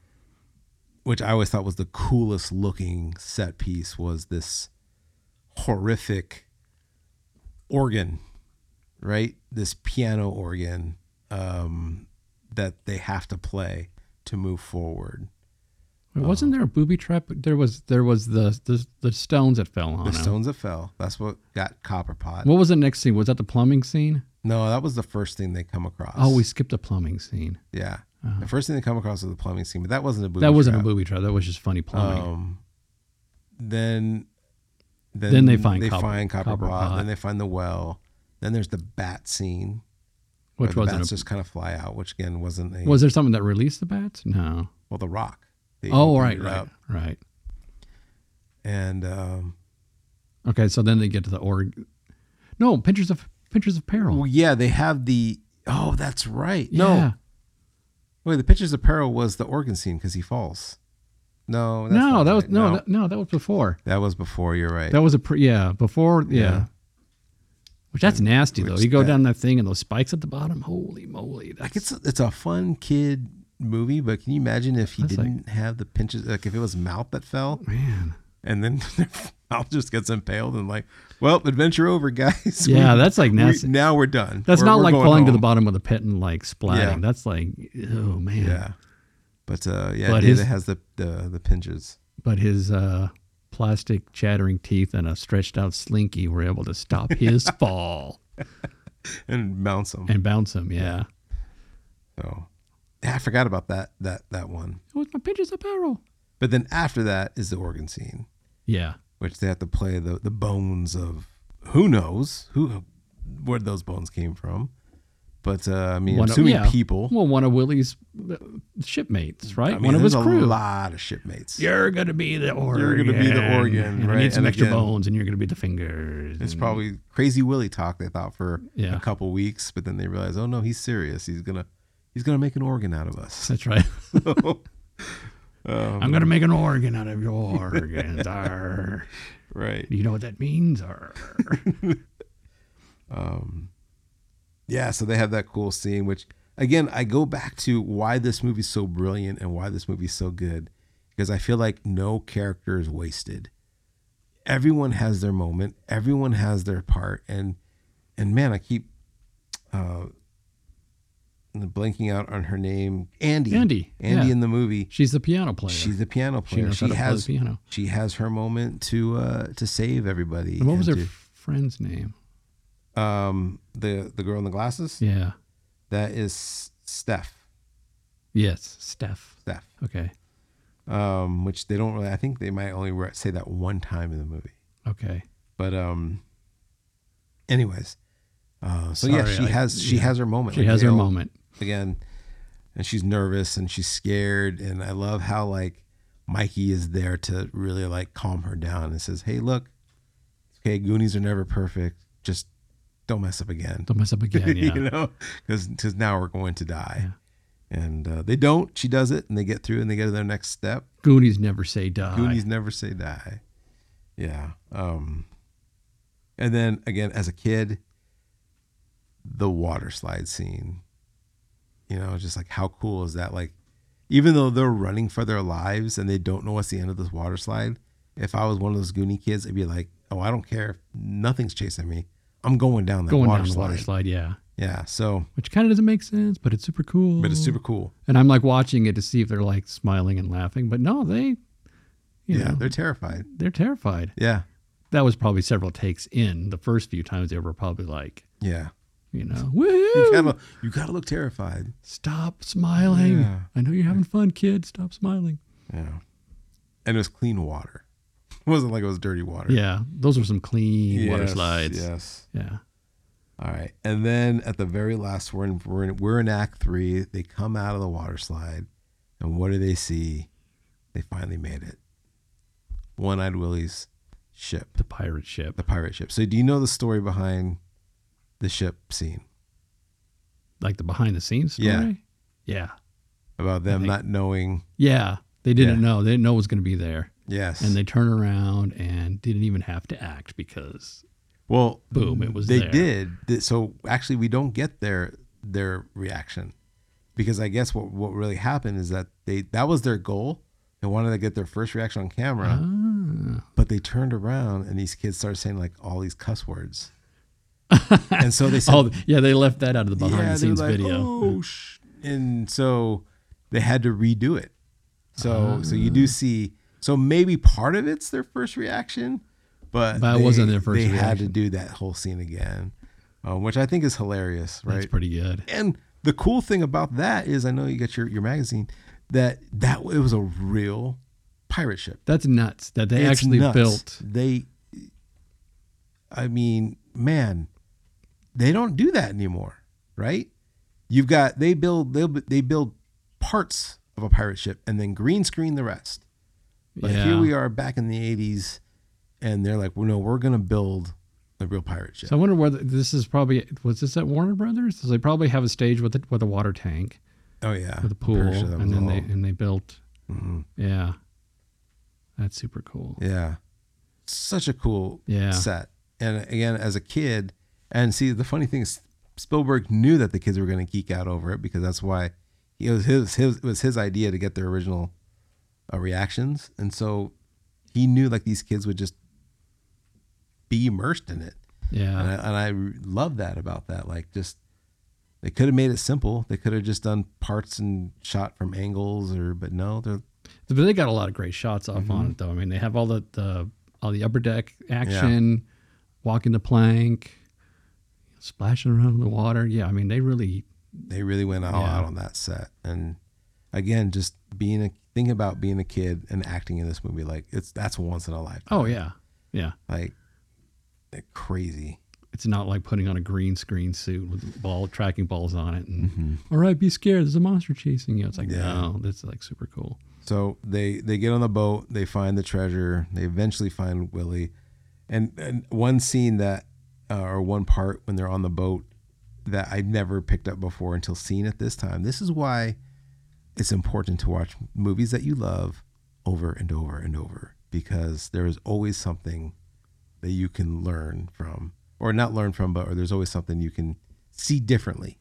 which I always thought was the coolest looking set piece was this horrific organ, right? This piano organ um, that they have to play to move forward. Wait, wasn't there a booby trap? There was there was the the, the stones that fell on The him. stones that fell. That's what got Copperpot. What was the next scene? Was that the plumbing scene? No, that was the first thing they come across. Oh, we skipped the plumbing scene. Yeah. The first thing they come across was the plumbing scene, but that wasn't a booby. Uh-huh. that wasn't trap. a booby trap. That was just funny plumbing. Um, then, then, Then they find they Copper- find copper, Copper Pot, Pot. Then they find the well. Then there's the bat scene, which where the wasn't bats a, just kind of fly out, which again wasn't a was there something that released the bats? No. well the rock. They Oh opened right, it right, up, right. And um, Okay, so then they get to the org. No, pictures of pictures of peril. well, yeah, they have the oh, that's right. Yeah. No, wait, the pictures of peril was the organ scene because he falls. No, that's no, not that was right. no, that, no, that was before. that was before. You're right. That was a pre, yeah before yeah. Yeah. Which that's nasty though. Which You go that- down that thing and those spikes at the bottom. Holy moly! That's, like it's it's a fun kid movie, but can you imagine if he That's like- didn't have the pinches? Like if it was mouth that fell, man. and then their mouth just gets impaled, and like, well, adventure over, guys. Yeah, We- that's like we- nasty. now we're done. That's We're- not we're like going falling to the home. bottom of the pit and like splatting. Yeah. That's like oh man. Yeah, but uh, yeah, But Data his- has the the the pinches. But his uh, plastic chattering teeth and a stretched out slinky were able to stop his fall And mounts them. and bounce him. Yeah. So yeah, I forgot about that that that one. It was my pinches of peril. But then after that is the organ scene, Yeah. which they have to play the the bones of who knows who where those bones came from. But uh, I mean, One of- assuming yeah. people. Well, one of Willie's uh, shipmates, right? I mean, one of there's his a crew. lot of shipmates. You're gonna be the organ. You're gonna be the organ, and I right, need some and extra again- bones, and you're gonna be the fingers. It's and- probably crazy Willie talk they thought for Yeah. a couple weeks, but then they realize, oh no, he's serious. He's gonna he's gonna make an organ out of us. That's right. Um, I'm gonna make an organ out of your organs. Arr. right. Do you know what that means? Arr. Um, yeah. So they have that cool scene, which again I go back to why this movie's so brilliant and why this movie's so good, because I feel like no character is wasted. Everyone has their moment. Everyone has their part, and and man, I keep uh, blanking out on her name, Andy. Andy, Andy yeah. in the movie. She's the piano player. She's the piano she player. knows She, how to has play the piano. she has her moment to uh to save everybody. And what was her and friend's name? to- um the the girl in the glasses? Yeah. That is Steph. Yes, Steph. Steph. Okay. Um, which they don't really. I think they might only re- say that one time in the movie. Okay. But um. Anyways, uh, so yeah, Sorry, she I- has she yeah. has her moment. She Like, has they her all- moment. again, and she's nervous and she's scared. And I love how like Mikey is there to really like calm her down and says, "Hey, look, okay, Goonies are never perfect. Just don't mess up again." Don't mess up again. Yeah. you know, because now we're going to die. Yeah. And uh, they don't. She does it, and they get through, and they get to their next step. Goonies never say die. Goonies never say die. Yeah. Um and then again as a kid, the water slide scene. You know, just like how cool is that? Like, even though they're running for their lives and they don't know what's the end of this water slide, if I was one of those Goonie kids, it'd be like, Oh, I don't care. Nothing's chasing me. I'm going down that Going water down the slide. water slide. Yeah. Yeah. So Which kind of doesn't make sense, but it's super cool. Mm. but it's super cool. And I'm like watching it to see if they're like smiling and laughing, but no, they You yeah, know, they're terrified. they're terrified. Yeah, That was probably several takes in. The first few times they were probably like, yeah. you know, You woohoo! gotta, you gotta look terrified. Stop smiling. Yeah. I know you're having fun, kid. Stop smiling. Yeah, and it was clean water. It wasn't like it was dirty water. Yeah, those were some clean water Yes, slides. Yeah. Yes. All right. And then at the very last, we're in, we're in, we're in Act Three. They come out of the water slide, and what do they see? They finally made it. One Eyed Willie's ship, the pirate ship. the pirate ship. So, do you know the story behind the ship scene Like the behind the scenes story. Yeah. yeah, about them think- not knowing? Yeah. They didn't Yeah. know. They didn't know it was going to be there, Yes. and they turned around and didn't even have to act because well, boom, it was they there. did. Th- So actually, we don't get their their reaction because I guess what what really happened is that they that was their goal. They wanted to get their first reaction on camera. Ah. But they turned around and these kids started saying like all these cuss words. and so they said, Oh, yeah, they left that out of the behind yeah, the they were scenes like, video. Oh, sh-. And so they had to redo it. So so you Ah. do see so maybe part of it's their first reaction, but, But it they- wasn't their first They had to reaction. do that whole scene again, um, which I think is hilarious, right? That's pretty good. and the cool thing about that is, I know you got your your magazine that that it was a real pirate ship. That's nuts that they It's actually nuts. built. They, I mean, man, they don't do that anymore, right? You've got they build they they build parts of a pirate ship and then green screen the rest. But yeah. here we are back in the '80s, and they're like, well, no, we're gonna build a real pirate ship. So I wonder whether this is probably was this at Warner Brothers? So they probably have a stage with a, with a water tank oh yeah, with a I'm pool, pretty sure that and was then they all- and they built. Mhm. Yeah, that's super cool. yeah, such a cool Yeah, set. And again, as a kid, and see the funny thing is Spielberg knew that the kids were going to geek out over it because that's why it was his, his it was his idea to get their original uh, reactions, and so he knew like these kids would just be immersed in it, and yeah, I, and I love that about that. Like just they could have made it simple. They could have just done parts and shot from angles, or but no, they're but they got a lot of great shots off Mm-hmm. on it though. I mean, they have all the, the all the upper deck action, walking the plank, splashing around in the water. Yeah, I mean, they really they really went all Yeah. out on that set and again just being a think about being a kid and acting in this movie like it's that's once in a lifetime Oh yeah, yeah. like like crazy It's not like putting on a green screen suit with ball tracking balls on it. And "All right, be scared. There's a monster chasing you. It's like Mm-hmm. Yeah. no, that's like super cool. so they they get on the boat they find the treasure they eventually find willie and, and one scene that uh, or one part when they're on the boat that i never picked up before until seeing it this time this is why it's important to watch movies that you love over and over and over because there is always something that you can learn from or not learn from but or there's always something you can see differently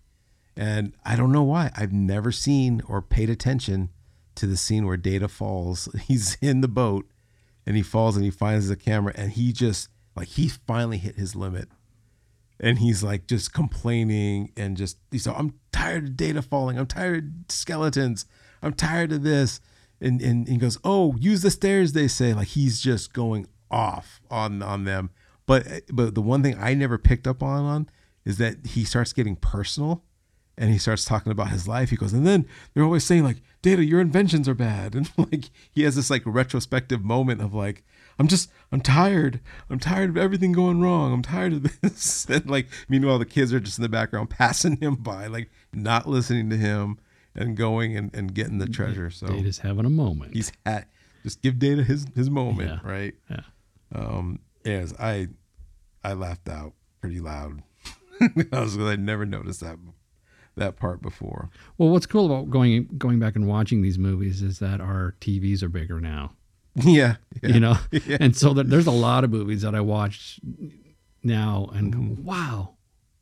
and i don't know why i've never seen or paid attention to the scene where data falls he's in the boat and he falls and he finds the camera and he just like he finally hit his limit and he's like just complaining and just he's like, I'm tired of data falling. I'm tired of skeletons. I'm tired of this. And and, and he goes, Oh, use the stairs, they say. Like he's just going off on on them. But eh, but the one thing I never picked up on on is that he starts getting personal and he starts talking about his life. He goes, and then they're always saying like, "Data, your inventions are bad," and like he has this like retrospective moment of like, "I'm just, I'm tired. I'm tired of everything going wrong. I'm tired of this." And like, meanwhile, the kids are just in the background passing him by, like not listening to him and going and, and getting the treasure. So They just having a moment. he's at just give Data his his moment, Yeah. right? yeah. Um, yes, I I laughed out pretty loud. I was I never noticed that that part before. Well, what's cool about going going back and watching these movies is that our TVs are bigger now. Yeah, yeah. You know, and so there, there's a lot of movies that I watched now and go, Mm-hmm. wow,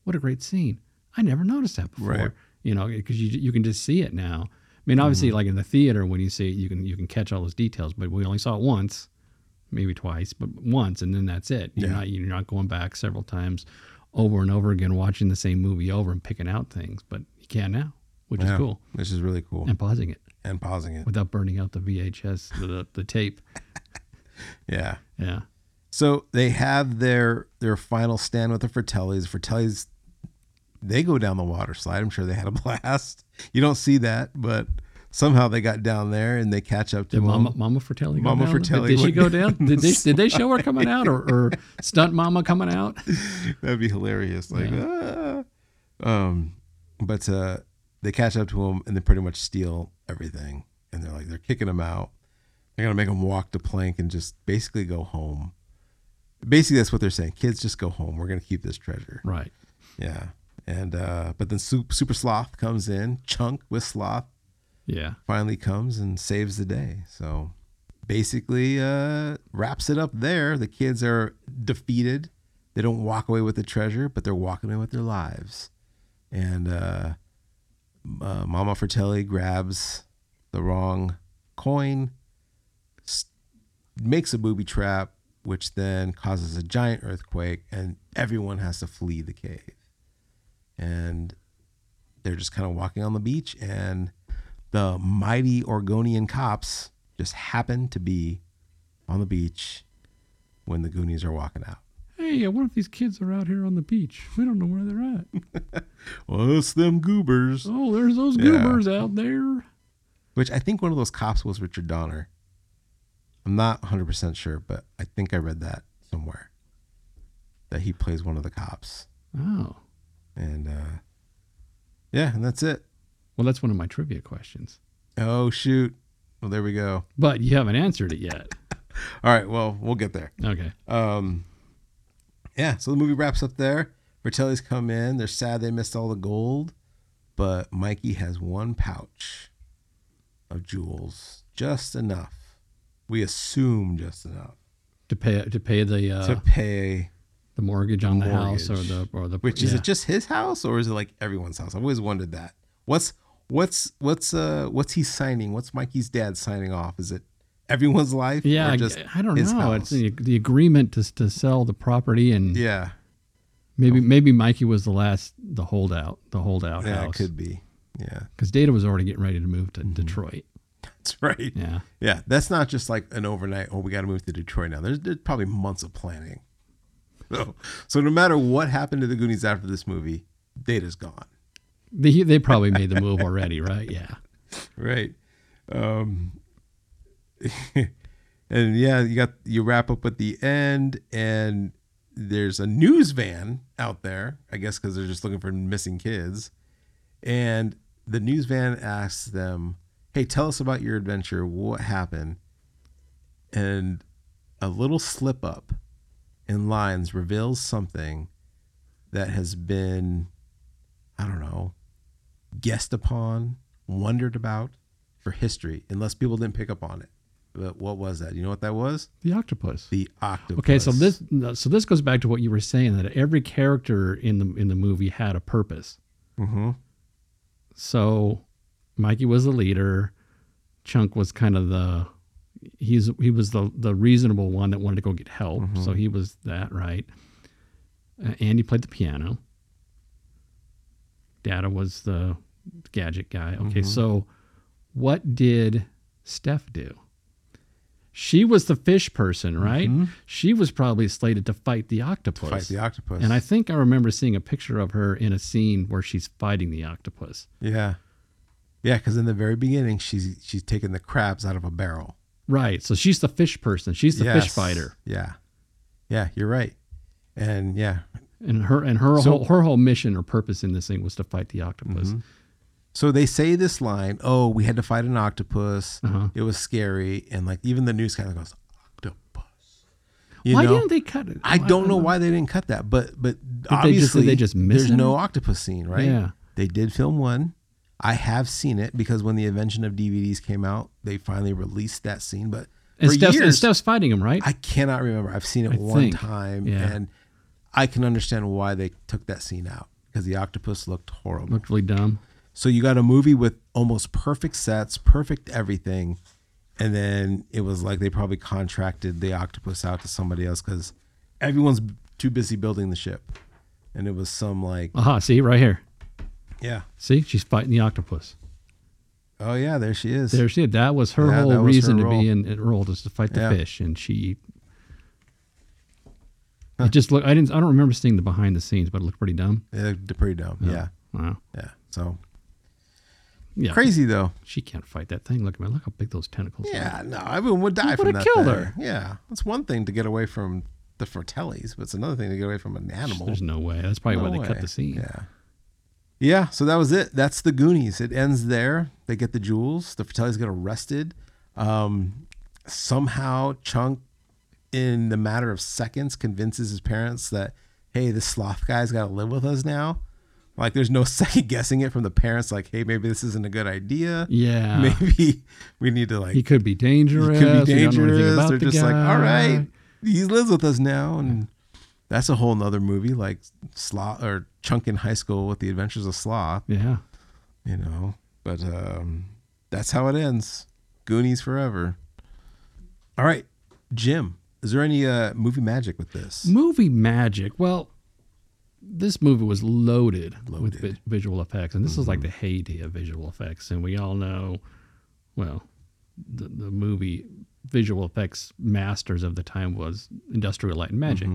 what a great scene! I never noticed that before. Right. You know, because you you can just see it now. I mean, obviously, Mm-hmm. like in the theater when you see it, you can you can catch all those details, but we only saw it once, maybe twice, but once, and then that's it. You're Yeah. not you're not going back several times, over and over again, watching the same movie over and picking out things. But you can now, which is Yeah, cool, This is really cool. and pausing it And pausing it. without burning out the VHS, the, the, the tape. Yeah. Yeah. So they have their their final stand with the Fratellis. Fratellis, they go down the water slide. I'm sure they had a blast. You don't see that, but somehow they got down there and they catch up to Did Mama them. Mama Fratelli go Mama down? Fratelli Did she went go down down? Did the they did they show her coming out or, or stunt Mama coming out? That'd be hilarious. Like, ah. um, but uh, they catch up to him and they pretty much steal everything. And they're like, they're kicking him out. They're gonna make him walk the plank and just basically go home. Basically, that's what they're saying. Kids, just go home. We're gonna keep this treasure. Right. Yeah. And uh, but then Sup- Super Sloth comes in. Chunk with Sloth Yeah. finally comes and saves the day. So basically uh, wraps it up there. The kids are defeated. They don't walk away with the treasure, but they're walking away with their lives. And uh, uh, Mama Fratelli grabs the wrong coin, s- makes a booby trap, which then causes a giant earthquake, and everyone has to flee the cave. And they're just kind of walking on the beach, and the mighty Oregonian cops just happen to be on the beach when the Goonies are walking out. Hey, I wonder if these kids are out here on the beach. We don't know where they're at. Well, it's them goobers. Oh, there's those Yeah. goobers out there. Which I think one of those cops was Richard Donner. I'm not 100% sure, but I think I read that somewhere that he plays one of the cops. Oh. And uh, yeah, and that's it. Well, that's one of my trivia questions. Oh, shoot. Well, there we go. But you haven't answered it yet. All right. Well, we'll get there. Okay. Um, yeah, so the movie wraps up there. Fratelli's come in. They're sad they missed all the gold, but Mikey has one pouch of jewels, just enough. We assume just enough To pay to pay the uh, to pay. the mortgage on the house or mortgage. the or the Which is yeah. it just his house or is it like everyone's house? I've always wondered that. What's what's what's uh what's he signing? What's Mikey's dad signing off? Is it everyone's life? yeah, or I- just I don't his know. house? It's the, the agreement to to sell the property, and yeah, maybe maybe Mikey was the last the holdout, the holdout Oh. yeah, it house, could Mm-hmm. be. Yeah, because Data was already getting ready to move to Detroit. that's right. Yeah, Yeah, that's not just like an overnight. Oh, we got to move to Detroit now. There's, there's probably months of planning. So, so no matter what happened to the Goonies after this movie, data's gone. they they probably made the move already, right? Yeah, Right. Um, and yeah, you got you wrap up at the end, and there's a news van out there. I guess because they're just looking for missing kids, and the news van asks them, "Hey, tell us about your adventure. What happened?" And a little slip up in lines reveals something that has been, I don't know, guessed upon, wondered about for history, unless people didn't pick up on it. But what was that? You know what that was? the octopus. The octopus. Okay, so this so this goes back to what you were saying that every character in the in the movie had a purpose. hmm So Mikey was the leader. Chunk was kind of the he's he was the the reasonable one that wanted to go get help. Mm-hmm. So he was that right. Uh, Andy played the piano. Data was the gadget guy. Okay, Mm-hmm. so what did Steph do? She was the fish person, right? She was probably slated to fight the octopus. Mm-hmm. Fight the octopus. and I think I remember seeing a picture of her in a scene where she's fighting the octopus. yeah, yeah, because in the very beginning, she's she's taking the crabs out of a barrel. Right. So she's the fish person. She's the fish Yes. fighter, Yeah, yeah, you're right. And yeah, and her and her So- whole her whole mission or purpose in this thing was to fight the octopus. Mm-hmm. so they say this line: "Oh, we had to fight an octopus. Uh-huh. It was scary." And like even the news kind of goes, "Octopus." You Why know? didn't they cut it? I don't know why they didn't cut that, but but they obviously just- did they just miss there's it? no octopus scene, right? Yeah. They did film one. I have seen it because when the invention of DVDs came out, they finally released that scene. But And for Steph's, and years, Steph's fighting him, right? I cannot remember. I've seen it I one think. time, Yeah. and I can understand why they took that scene out because the octopus looked horrible. Looked really dumb. So you got a movie with almost perfect sets, perfect everything, and then it was like they probably contracted the octopus out to somebody else because everyone's too busy building the ship, and it was some like Aha! See right here. yeah, See, she's fighting the octopus. Oh yeah, there she is. There she is. That was her Yeah, whole that was her reason to role. be in, in Earl is to fight the Yeah. fish, and she. It just look. I didn't. I don't remember seeing the behind the scenes, but it looked pretty dumb. Yeah, they're pretty dumb. Yeah. Wow. Yeah. So Yeah. crazy though. She can't fight that thing. Look at look how big those tentacles. are. Yeah, no, everyone would die from would've that. killed thing. her. Yeah. That's one thing to get away from the Fratellis, but it's another thing to get away from an animal. There's no way. That's probably why No they cut way. the scene. Yeah. Yeah, so that was it. That's the Goonies. It ends there. They get the jewels. The Fratellis get arrested. Um, somehow, Chunk, in the matter of seconds, convinces his parents that, hey, this sloth guy's got to live with us now. Like, there's no second guessing it from the parents. Like, hey, maybe this isn't a good idea. Yeah. Maybe we need to, like, He could be dangerous. We it could be don't know anything dangerous. about They're the just like, all guy." right, he lives with us now, and that's a whole nother movie, like Sloth or Chunk in High School with the Adventures of Sloth, Yeah. you know. But um, that's how it ends. Goonies forever. All right, Jim, is there any uh, movie magic with this? Movie magic. Well, this movie was loaded, with Loaded. vi- visual effects, and this is like the heyday of visual effects. And we all know, well, the, the movie visual effects masters of the time was Industrial Light and Magic,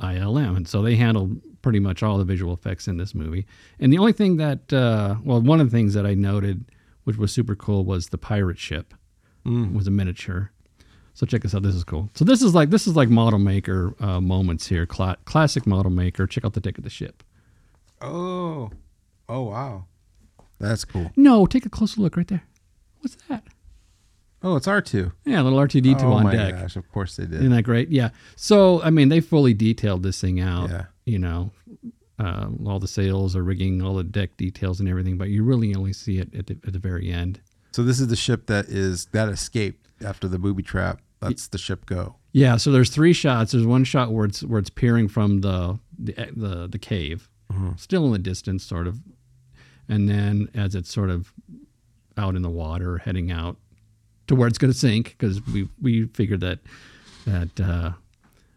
ILM, and so they handled pretty much all the visual effects in this movie. And the only thing that, uh, well, one of the things that I noted, which was super cool, was the pirate ship was a miniature. So check this out. This is cool. So this is like this is like model maker uh, moments here. Cla- classic model maker. Check out the deck of the ship. Oh, oh wow, that's cool. No, take a closer look right there. What's that? Oh, it's R two. Yeah, a little R2D2 Oh on my deck. gosh, of course they did. Isn't that great? Yeah. So I mean, they fully detailed this thing out. Yeah. You know, uh, all the sails, are rigging, all the deck details and everything. But you really only see it at the, at the very end. So this is the ship that is that escaped after the booby trap. That's the ship go. Yeah, so there's three shots. There's one shot where it's where it's peering from the the eh, the, the cave, Uh-huh. still in the distance, sort of, and then as it's sort of out in the water, heading out to where it's going to sink, because we we figured that that uh,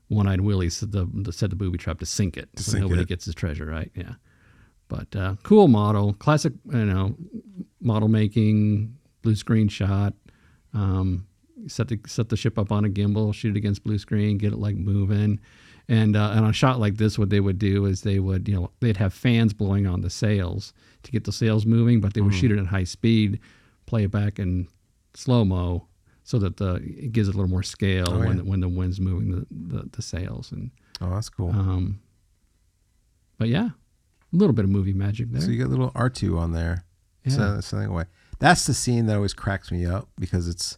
one-eyed Willie set the, the set the booby trap to sink it, so sink nobody it. gets his treasure, right? Yeah, but uh, cool model, classic, you know, model making, blue screen shot. Um, set the set the ship up on a gimbal, shoot it against blue screen, get it like moving. And uh, and on a shot like this, what they would do is they would you know they'd have fans blowing on the sails to get the sails moving, but they Mm. would shoot it at high speed, play it back in slow mo, so that the it gives it a little more scale Oh, when yeah. the, when the wind's moving the, the, the sails. And Oh, that's cool. um, but yeah, a little bit of movie magic there. So you got little R two on there. Yeah. So something away. That's the scene that always cracks me up because it's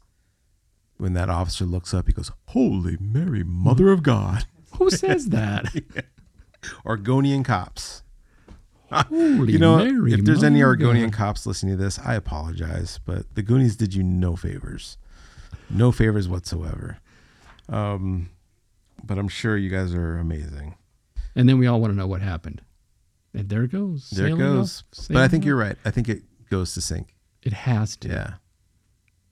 when that officer looks up, he goes, "Holy Mary, Mother of God!" Who says that? Argonian cops. Holy You know, Mary, if there's any my God. Argonian cops listening to this, I apologize, but the Goonies did you no favors, no favors whatsoever. Um, but I'm sure you guys are amazing. And then we all want to know what happened. And there it goes. There it Sailing goes. off, But I sailing think off. you're right. I think it goes to sink. It has to. Yeah,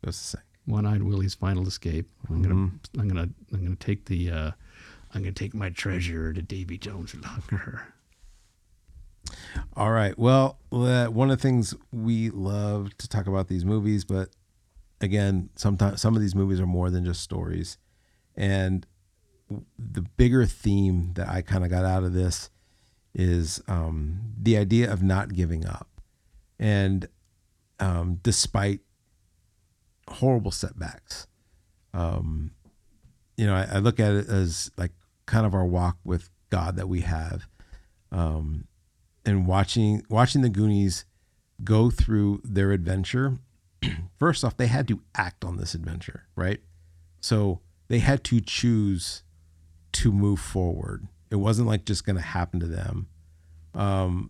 goes to sink. One-eyed Willie's final escape. I'm gonna, Mm-hmm. I'm gonna, I'm gonna take the, uh, I'm gonna take my treasure to Davy Jones' locker. All right. Well, uh, one of the things we love to talk about these movies, but again, sometimes some of these movies are more than just stories. And the bigger theme that I kind of got out of this is um, the idea of not giving up. And um, despite horrible setbacks, um, you know, I, I look at it as like kind of our walk with God that we have. Um, and watching watching the Goonies go through their adventure. First off, they had to act on this adventure, right? So they had to choose to move forward. It wasn't like just going to happen to them. Um,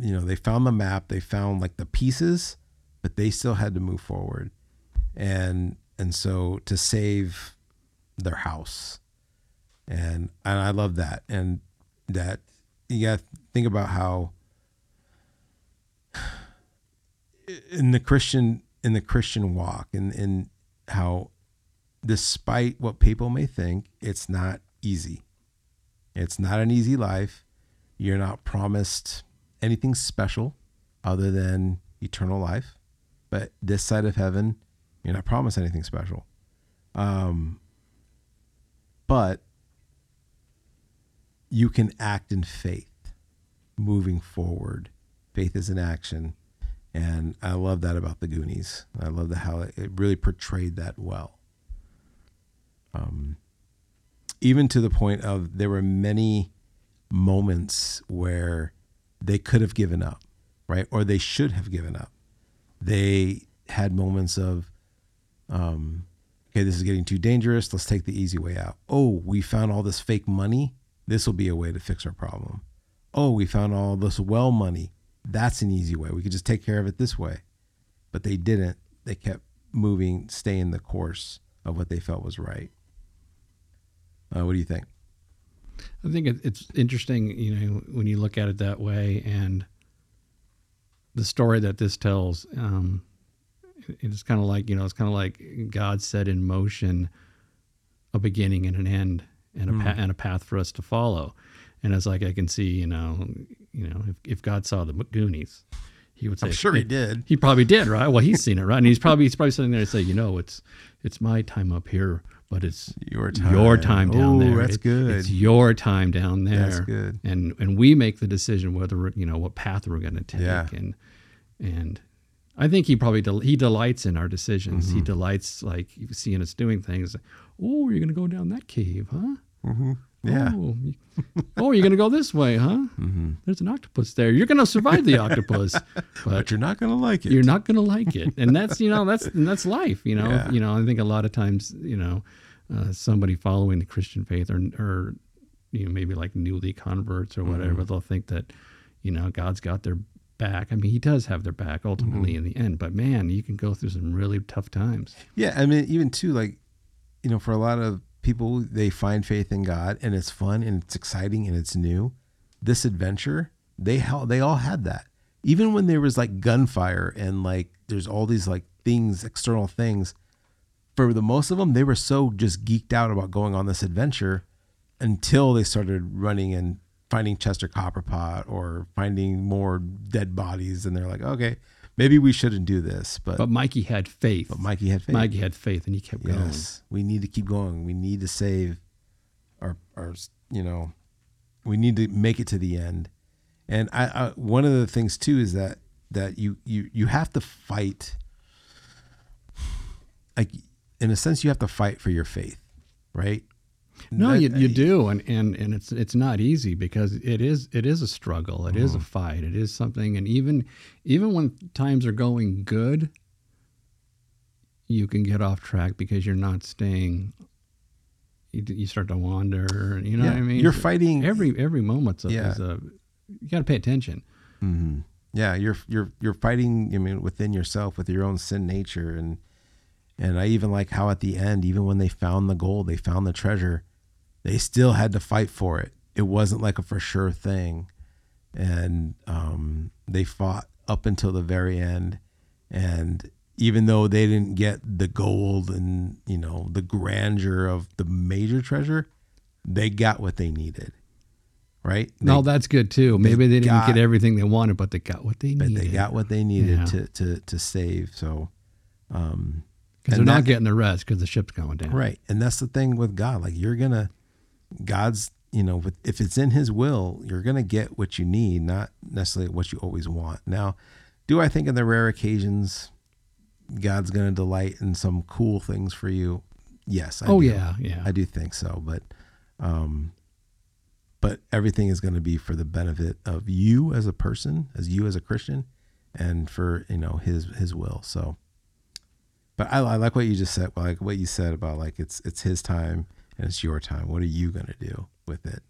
you know, they found the map, they found like the pieces, but they still had to move forward. And and so to save their house, and and I love that. And that you got to think about how in the Christian in the Christian walk and in how despite what people may think, it's not easy. It's not an easy life. You're not promised anything special other than eternal life. But this side of heaven, you're not promised anything special. Um, but you can act in faith moving forward. Faith is an action. And I love that about the Goonies. I love the how it it really portrayed that well. Um, even to the point of there were many moments where they could have given up, right? Or they should have given up. They had moments of, um, okay, this is getting too dangerous. Let's take the easy way out. Oh, we found all this fake money. This will be a way to fix our problem. Oh, we found all this well money. That's an easy way. We could just take care of it this way. But they didn't. They kept moving, staying the course of what they felt was right. Uh, what do you think? I think it, it's interesting, you know, when you look at it that way, and the story that this tells, um, it- it's kind of like you know, it's kind of like God set in motion a beginning and an end, and a Hmm. pa- and a path for us to follow. And it's like I can see, you know, you know, if, if God saw the Goonies, he would say, I'm sure he did. he probably did, right? Well, he's seen it, right? And he's probably he's probably sitting there and say, you know, it's it's my time up here, but it's Your time. your time down Oh, there. that's It- good. It's your time down there. That's good. And and we make the decision whether we're- you know what path we're going to take. Yeah. And and I think he probably del- he delights in our decisions. Mm-hmm. He delights like seeing us doing things. Oh, you're going to go down that cave, huh? Mm-hmm. Yeah. Oh, you- oh, you're going to go this way, huh? Mm-hmm. There's an octopus there. You're going to survive the octopus, but But you're not going to like it. you're not going to like it and that's you know that's and that's life you know Yeah. you know i think a lot of times you know uh, somebody following the christian faith or or you know maybe like newly converts or Mm-hmm. whatever they'll think that you know god's got their back i mean he does have their back ultimately Mm-hmm. in the end but man you can go through some really tough times Yeah, I mean, even too, like, you know, for a lot of people, they find faith in God, and it's fun, and it's exciting, and it's new. This adventure, they held, they all had that. Even when there was like gunfire and like there's all these like things, external things. For the most of them, they were so just geeked out about going on this adventure until they started running and finding Chester Copperpot or finding more dead bodies, and they're like, okay, maybe we shouldn't do this. But, but mikey had faith Mikey had faith. mikey had faith and he kept going Yes, we need to keep going. We need to save our our you know, we need to make it to the end. And I, I one of the things too is that that you you you have to fight. Like in a sense, you have to fight for your faith, right? No, That- you, you do, and, and and it's it's not easy because it is it is a struggle. It is Mm-hmm. a fight. It is something, and even even when times are going good, you can get off track because you're not staying. You, d- you start to wander. You know yeah, what I mean? You're fighting every every moment's a, Yeah. is a you got to pay attention. Mhm. Yeah, you're you're you're fighting. I mean, within yourself with your own sin nature, and and I even like how at the end, even when they found the gold, they found the treasure, they still had to fight for it. It wasn't like a for sure thing, and um, they fought up until the very end. And even though they didn't get the gold and you know the grandeur of the major treasure, they got what they needed. Right? no, that's good too. Maybe they didn't got- get everything they wanted, but they got what they but needed. they got what they needed Yeah. to, to to save. So, um, because they're and not that- getting the rest because the ship's going down. right, and that's the thing with God. Like you're gonna, God's, you know, with, if it's in His will, you're gonna get what you need, not necessarily what you always want. Now, do I think in the rare occasions, God's gonna delight in some cool things for you? Yes. I Oh do. yeah, yeah. I do think so, but um but everything is going to be for the benefit of you as a person, as you as a Christian, and for, you know, his his will. So but I, I like what you just said, like what you said about like it's it's his time and it's your time. What are you going to do with it?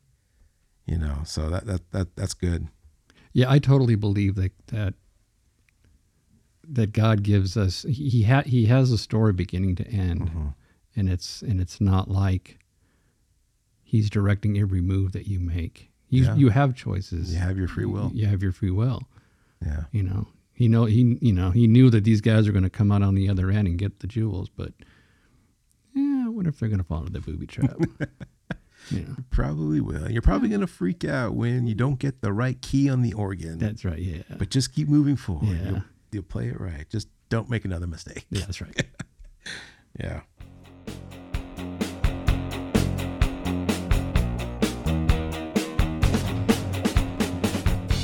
You know, so that that, that that's good. Yeah, I totally believe that that that God gives us he he ha, he has a story beginning to end, Mm-hmm. and it's and it's not like He's directing every move that you make. You Yeah. you have choices. You have your free will. You have your free will. Yeah. You know he know he you know he knew that these guys are going to come out on the other end and get the jewels, but yeah, I wonder if they're going to fall into the booby trap. yeah, Probably will. You're probably going to freak out when you don't get the right key on the organ. that's right. Yeah. but just keep moving forward. Yeah. You'll, you'll play it right. Just Don't make another mistake. Yeah, that's right. Yeah.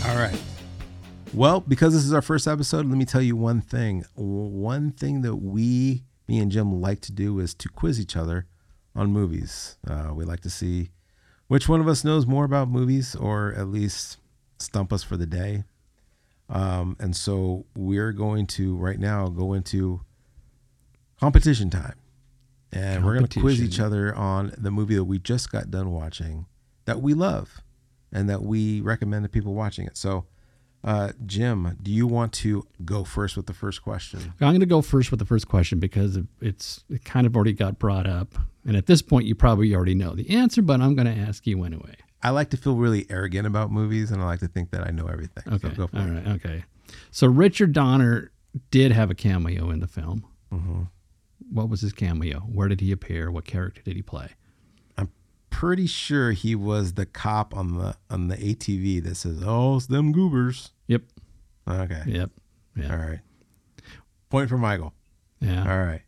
All right. Well, because this is our first episode, let me tell you one thing. One thing that we, me and Jim, like to do is to quiz each other on movies. Uh, we like to see which one of us knows more about movies or at least stump us for the day. Um, and so we're going to right now go into competition time. And we're going to quiz Competition. each other on the movie that we just got done watching that we love and that we recommend to people watching it. So, uh, Jim, do you want to go first with the first question? I'm going to go first with the first question because it's it kind of already got brought up, and at this point, you probably already know the answer, but I'm going to ask you anyway. I like to feel really arrogant about movies and I like to think that I know everything. Okay. So go for All it. right. Okay. So Richard Donner did have a cameo in the film. Mhm. What was his cameo? Where did he appear? What character did he play? Pretty sure he was the cop on the on the ATV that says, "Oh, it's them goobers." Yep. Okay. Yep. Yeah. All right. Point for Michael. Yeah. All right.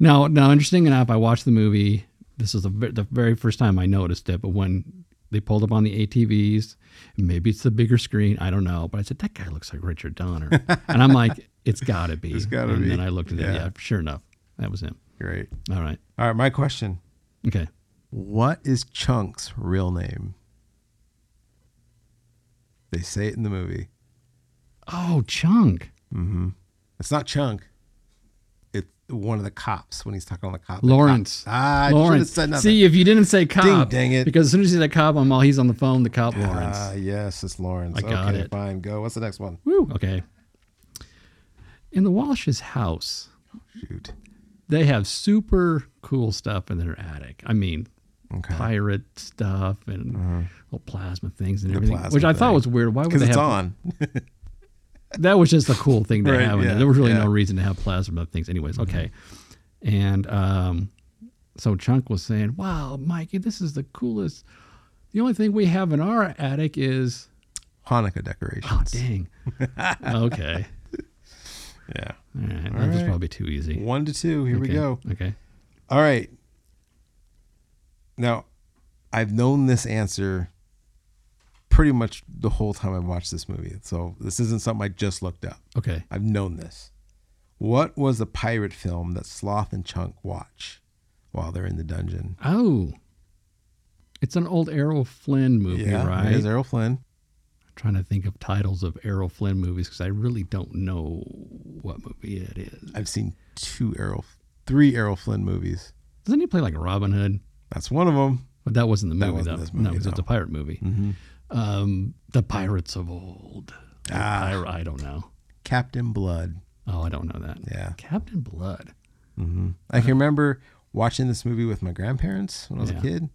Now, now, interesting enough, I watched the movie. This was the, ver- the very first time I noticed it, but when they pulled up on the ATVs, maybe it's the bigger screen, I don't know. But I said, that guy looks like Richard Donner. and I'm like, it's got to be. It's gotta and be. then I looked at Yeah. it. Yeah, sure enough. That was him. Great. All right. All right, my question. Okay. What is Chunk's real name? They say it in the movie. Oh, Chunk. It's not Chunk. It's one of the cops when he's talking on the cop. the Lawrence. cop- Ah, I should have Lawrence. said nothing. See, if you didn't say cop, dang it. Because as soon as you say cop, I'm all he's on the phone, the cop Lawrence. Ah, yes, it's Lawrence. I got okay, it. fine. Go. What's the next one? Woo. Okay. In the Walsh's house, Shoot. they have super cool stuff in their attic. I mean, Okay. pirate stuff and little plasma things and everything, Uh-huh. plasma which I thought thing. was weird. Why would Because they it's have on. that was just a cool thing to Right, have. in there. yeah, there was really yeah. Mm-hmm. no reason to have plasma things, anyways. Okay, and um, so Chunk was saying, "Wow, Mikey, this is the coolest. The only thing we have in our attic is Hanukkah oh, decorations. dang. okay, yeah. all right, that All was right. probably too easy. One to two. Here we Okay. go. Okay, All right. Now, I've known this answer pretty much the whole time I've watched this movie. So this isn't something I just looked up. okay. I've known this. What was the pirate film that Sloth and Chunk watch while they're in the dungeon? Oh, it's an old Errol Flynn movie, right? it is Errol Flynn. trying to think of titles of Errol Flynn movies because I really don't know what movie it is. I've seen two Errol, three Errol Flynn movies. Doesn't he play like Robin Hood? That's one of them. But that wasn't the That movie. wasn't this movie, no, it was no. a pirate movie. Um, the Pirates of Old. Ah. Pir- I, don't know. Captain Blood. Oh, I don't know that. Yeah. Captain Blood. Mm-hmm. I can remember watching this movie with my grandparents when I was Yeah. a kid,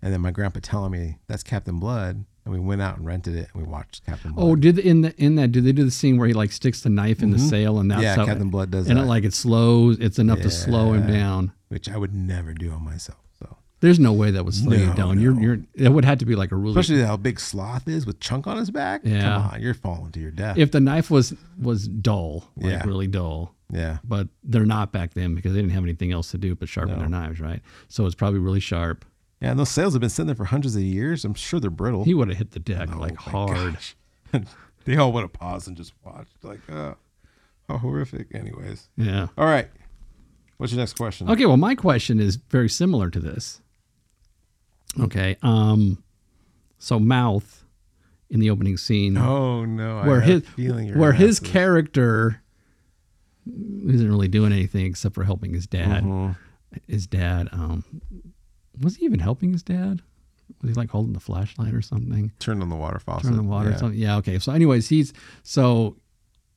and then my grandpa telling me that's Captain Blood, and we went out and rented it and we watched Captain Blood. Oh, did they- in the in that do they do the scene where he like sticks the knife in the sail and that's Mm-hmm. yeah, how Captain Blood does and that, it like it slows. It's enough to slow him Yeah. down. which I would never do on myself. So There's no way that would slow you No, down. You're no. you're it would have to be like a really especially how big Sloth is with Chunk on his back. Yeah. come on, you're falling to your death. if the knife was was dull, like Yeah. really dull. yeah, but they're not back then because they didn't have anything else to do but sharpen their knives, right? So it's probably really sharp. yeah. And those sails have been sitting there for hundreds of years. I'm sure they're brittle. He would have hit the deck Oh, like my hard. gosh. they all would have paused and just watched, like, uh, how horrific. Anyways, Yeah. all right. What's your next question? Okay, well my question is very similar to this. Okay. Um so mouth in the opening scene Oh no! I where had a his feeling you're where gonna his ask this. character isn't really doing anything except for helping his dad. Mm-hmm. His dad um was he even helping his dad? Was he like holding the flashlight or something? Turned on the water faucet. turn on the water Yeah. or something. Yeah, okay. So, anyways, he's so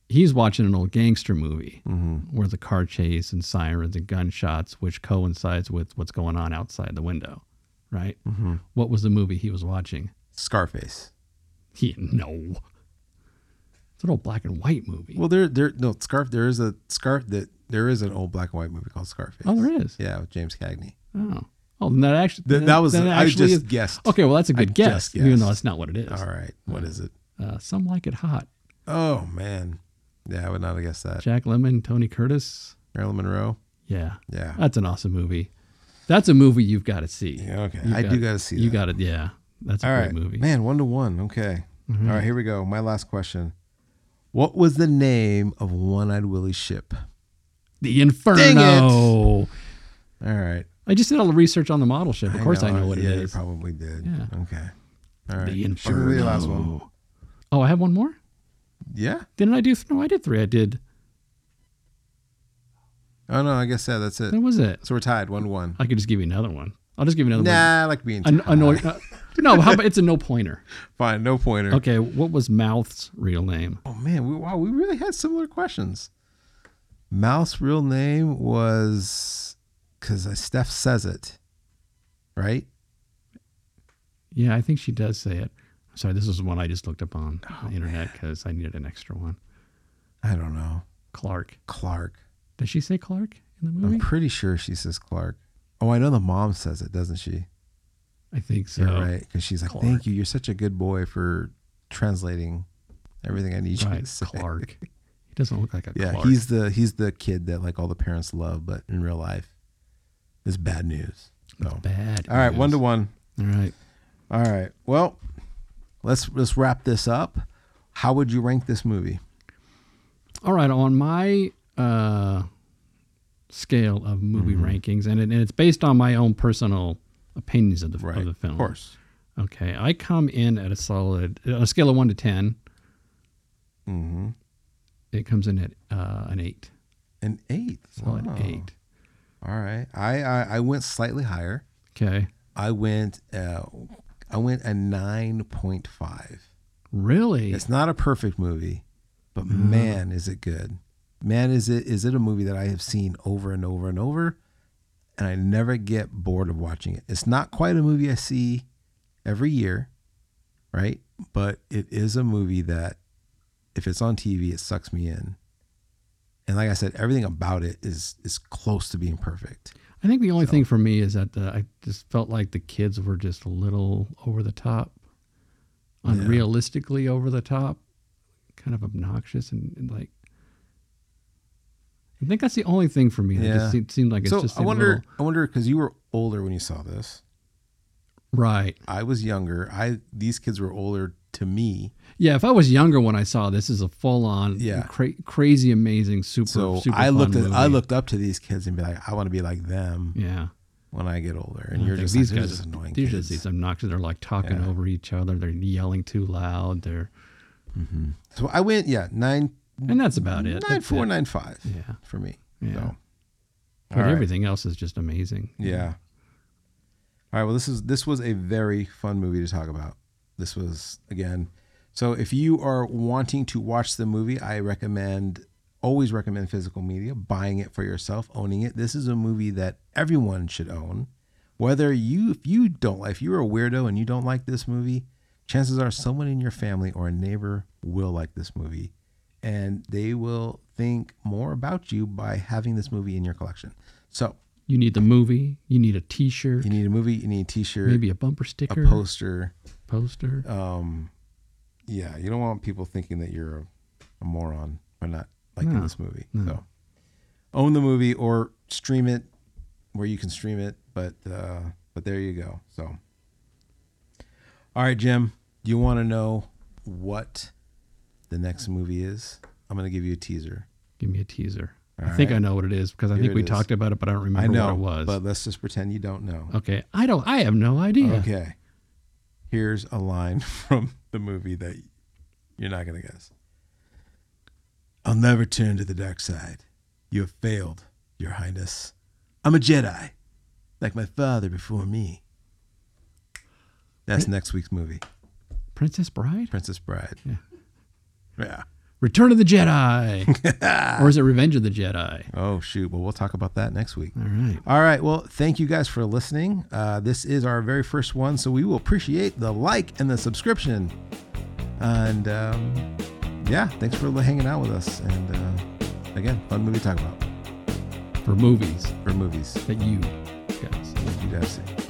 he's watching an old gangster movie Mm-hmm. where the car chase and sirens and gunshots, which coincides with what's going on outside the window, right? Mm-hmm. What was the movie he was watching? Scarface. He no. It's an old black and white movie. Well, there, there, no Scarf. There is a scarf that there is an old black and white movie called Scarface. oh, there is. Yeah, with James Cagney. Oh, oh, then that actually Th- then- that was then I actually is- just guessed. Okay, well that's a good I guess, just even though guessed. that's not what Uh, it is. All right. What is it? Uh, some like it hot. Oh man, Yeah, I would not have guessed that. Jack Lemon, Tony Curtis. Marilyn Monroe. Yeah. Yeah. That's an awesome movie. That's a movie you've got to see. Yeah, okay. You I got- do got to see You that. got it. Yeah. That's a All great right. movie. Mm-hmm. Man, one to one. Okay. All right, here we go. My last question. What was the name of One Eyed Willie's ship? The Inferno. All right. I just did all the research on the model ship. Of course I know, uh, what yeah, it You is. probably did. Yeah. Okay. All right. The Should we do the last one? Inferno. Oh, I have one more? Yeah. Didn't I do? Th- no, I did three. I did. Oh no, I guess yeah, that's it. That was it. So we're tied, one to one. I could just give you another one. I'll just give you another one. Nah, I like being A, tied. a no, uh, no, how about it's a no pointer? Fine, no pointer. Okay, what was Mouth's real name? Oh man, we, wow, we really had similar questions. Mouth's real name was because Steph says it, right? Yeah, I think she does say it. Sorry, this is one I just looked up on Oh, the internet because I needed an extra one. I don't know. Clark. Clark. Does she say Clark in the I'm movie? pretty sure she says Clark. Oh, I know the mom says it, doesn't she? I think so. You're right. Because she's like, Clark. thank you. You're such a good boy for translating everything I need you to Right, say. Clark. He doesn't look like a Yeah, Clark. he's the he's the kid that like all the parents love, but in real life, it's bad news. So. bad. All right, news. one to one. All right. All right. Well, let's let's wrap this up. How would you rank this movie? All right, on my uh, scale of movie Mm-hmm. rankings, and, it, and it's based on my own personal opinions of the, of the film. Of course. Okay, I come in at a solid, on a scale of 1 to 10, Mm-hmm. it comes in at uh, an 8. An eight. Solid Wow. 8. All right. I, I I went slightly higher. Okay. I went uh, I went a nine point five. Really? It's not a perfect movie, but Mm-hmm. man, is it good. Man, is it is it a movie that I have seen over and over and over, and I never get bored of watching it. It's not quite a movie I see every year, right? But it is a movie that if it's on TV, it sucks me in. And like I said, everything about it is is close to being perfect. I think the only thing for me is that the, I just felt like the kids were just a little over the top, unrealistically over the top, kind of obnoxious and, and like. I think that's the only thing for me. It Yeah. just seemed, seemed like it's so just I a wonder, little- I wonder, because you were older when you saw this. right? I was younger. I these kids were older to me. Yeah. If I was younger when I saw this, is a full on, Yeah. cra- crazy, amazing, super, So super. I fun looked at I movie. looked up to these kids and be like, I want to be like them Yeah. when I get older. And I you're think just these like, guys "This is are- annoying. These are kids." just these obnoxious. They're like talking Yeah. over each other. They're yelling too loud. They're So I went, yeah, nine and that's about it. nine That's four it. nine five Yeah. for me. Yeah. So But All right. everything else is just amazing. yeah. All right. Well, this is this was a very fun movie to talk about. This was again. So if you are wanting to watch the movie, I recommend always recommend physical media, buying it for yourself, owning it. This is a movie that everyone should own. Whether you if you don't like if you're a weirdo and you don't like this movie, chances are someone in your family or a neighbor will like this movie and they will think more about you by having this movie in your collection. So, You need the movie. You need a T-shirt. you need a movie, you need a t-shirt, maybe a bumper a sticker, poster. poster. Um, yeah, you don't want people thinking that you're a, a moron by not liking No, this movie. So own the movie or stream it where you can stream it. But uh, but there you go. So all right, Jim, do you want to know what the next movie is? I'm gonna give you a teaser. Give me a teaser. I All think I right. know what it is because I Here think it we is. talked about it, but I don't remember I what know it was. but let's just pretend you don't know. okay, I don't. I have no idea. Okay. Here's a line from the movie that you're not going to guess. I'll never turn to the dark side. You have failed, Your Highness. I'm a Jedi, like my father before me. That's next week's movie, Princess Bride, Princess Bride. Yeah. Yeah. Return of the Jedi, or is it Revenge of the Jedi? Oh, shoot. Well, we'll talk about that next week. All right. All right. Well, thank you guys for listening. Uh, this is our very first one, so we will appreciate the like and the subscription. And um, yeah, thanks for hanging out with us. And uh, again, fun movie to talk about For movies for movies that you guys. that you guys see.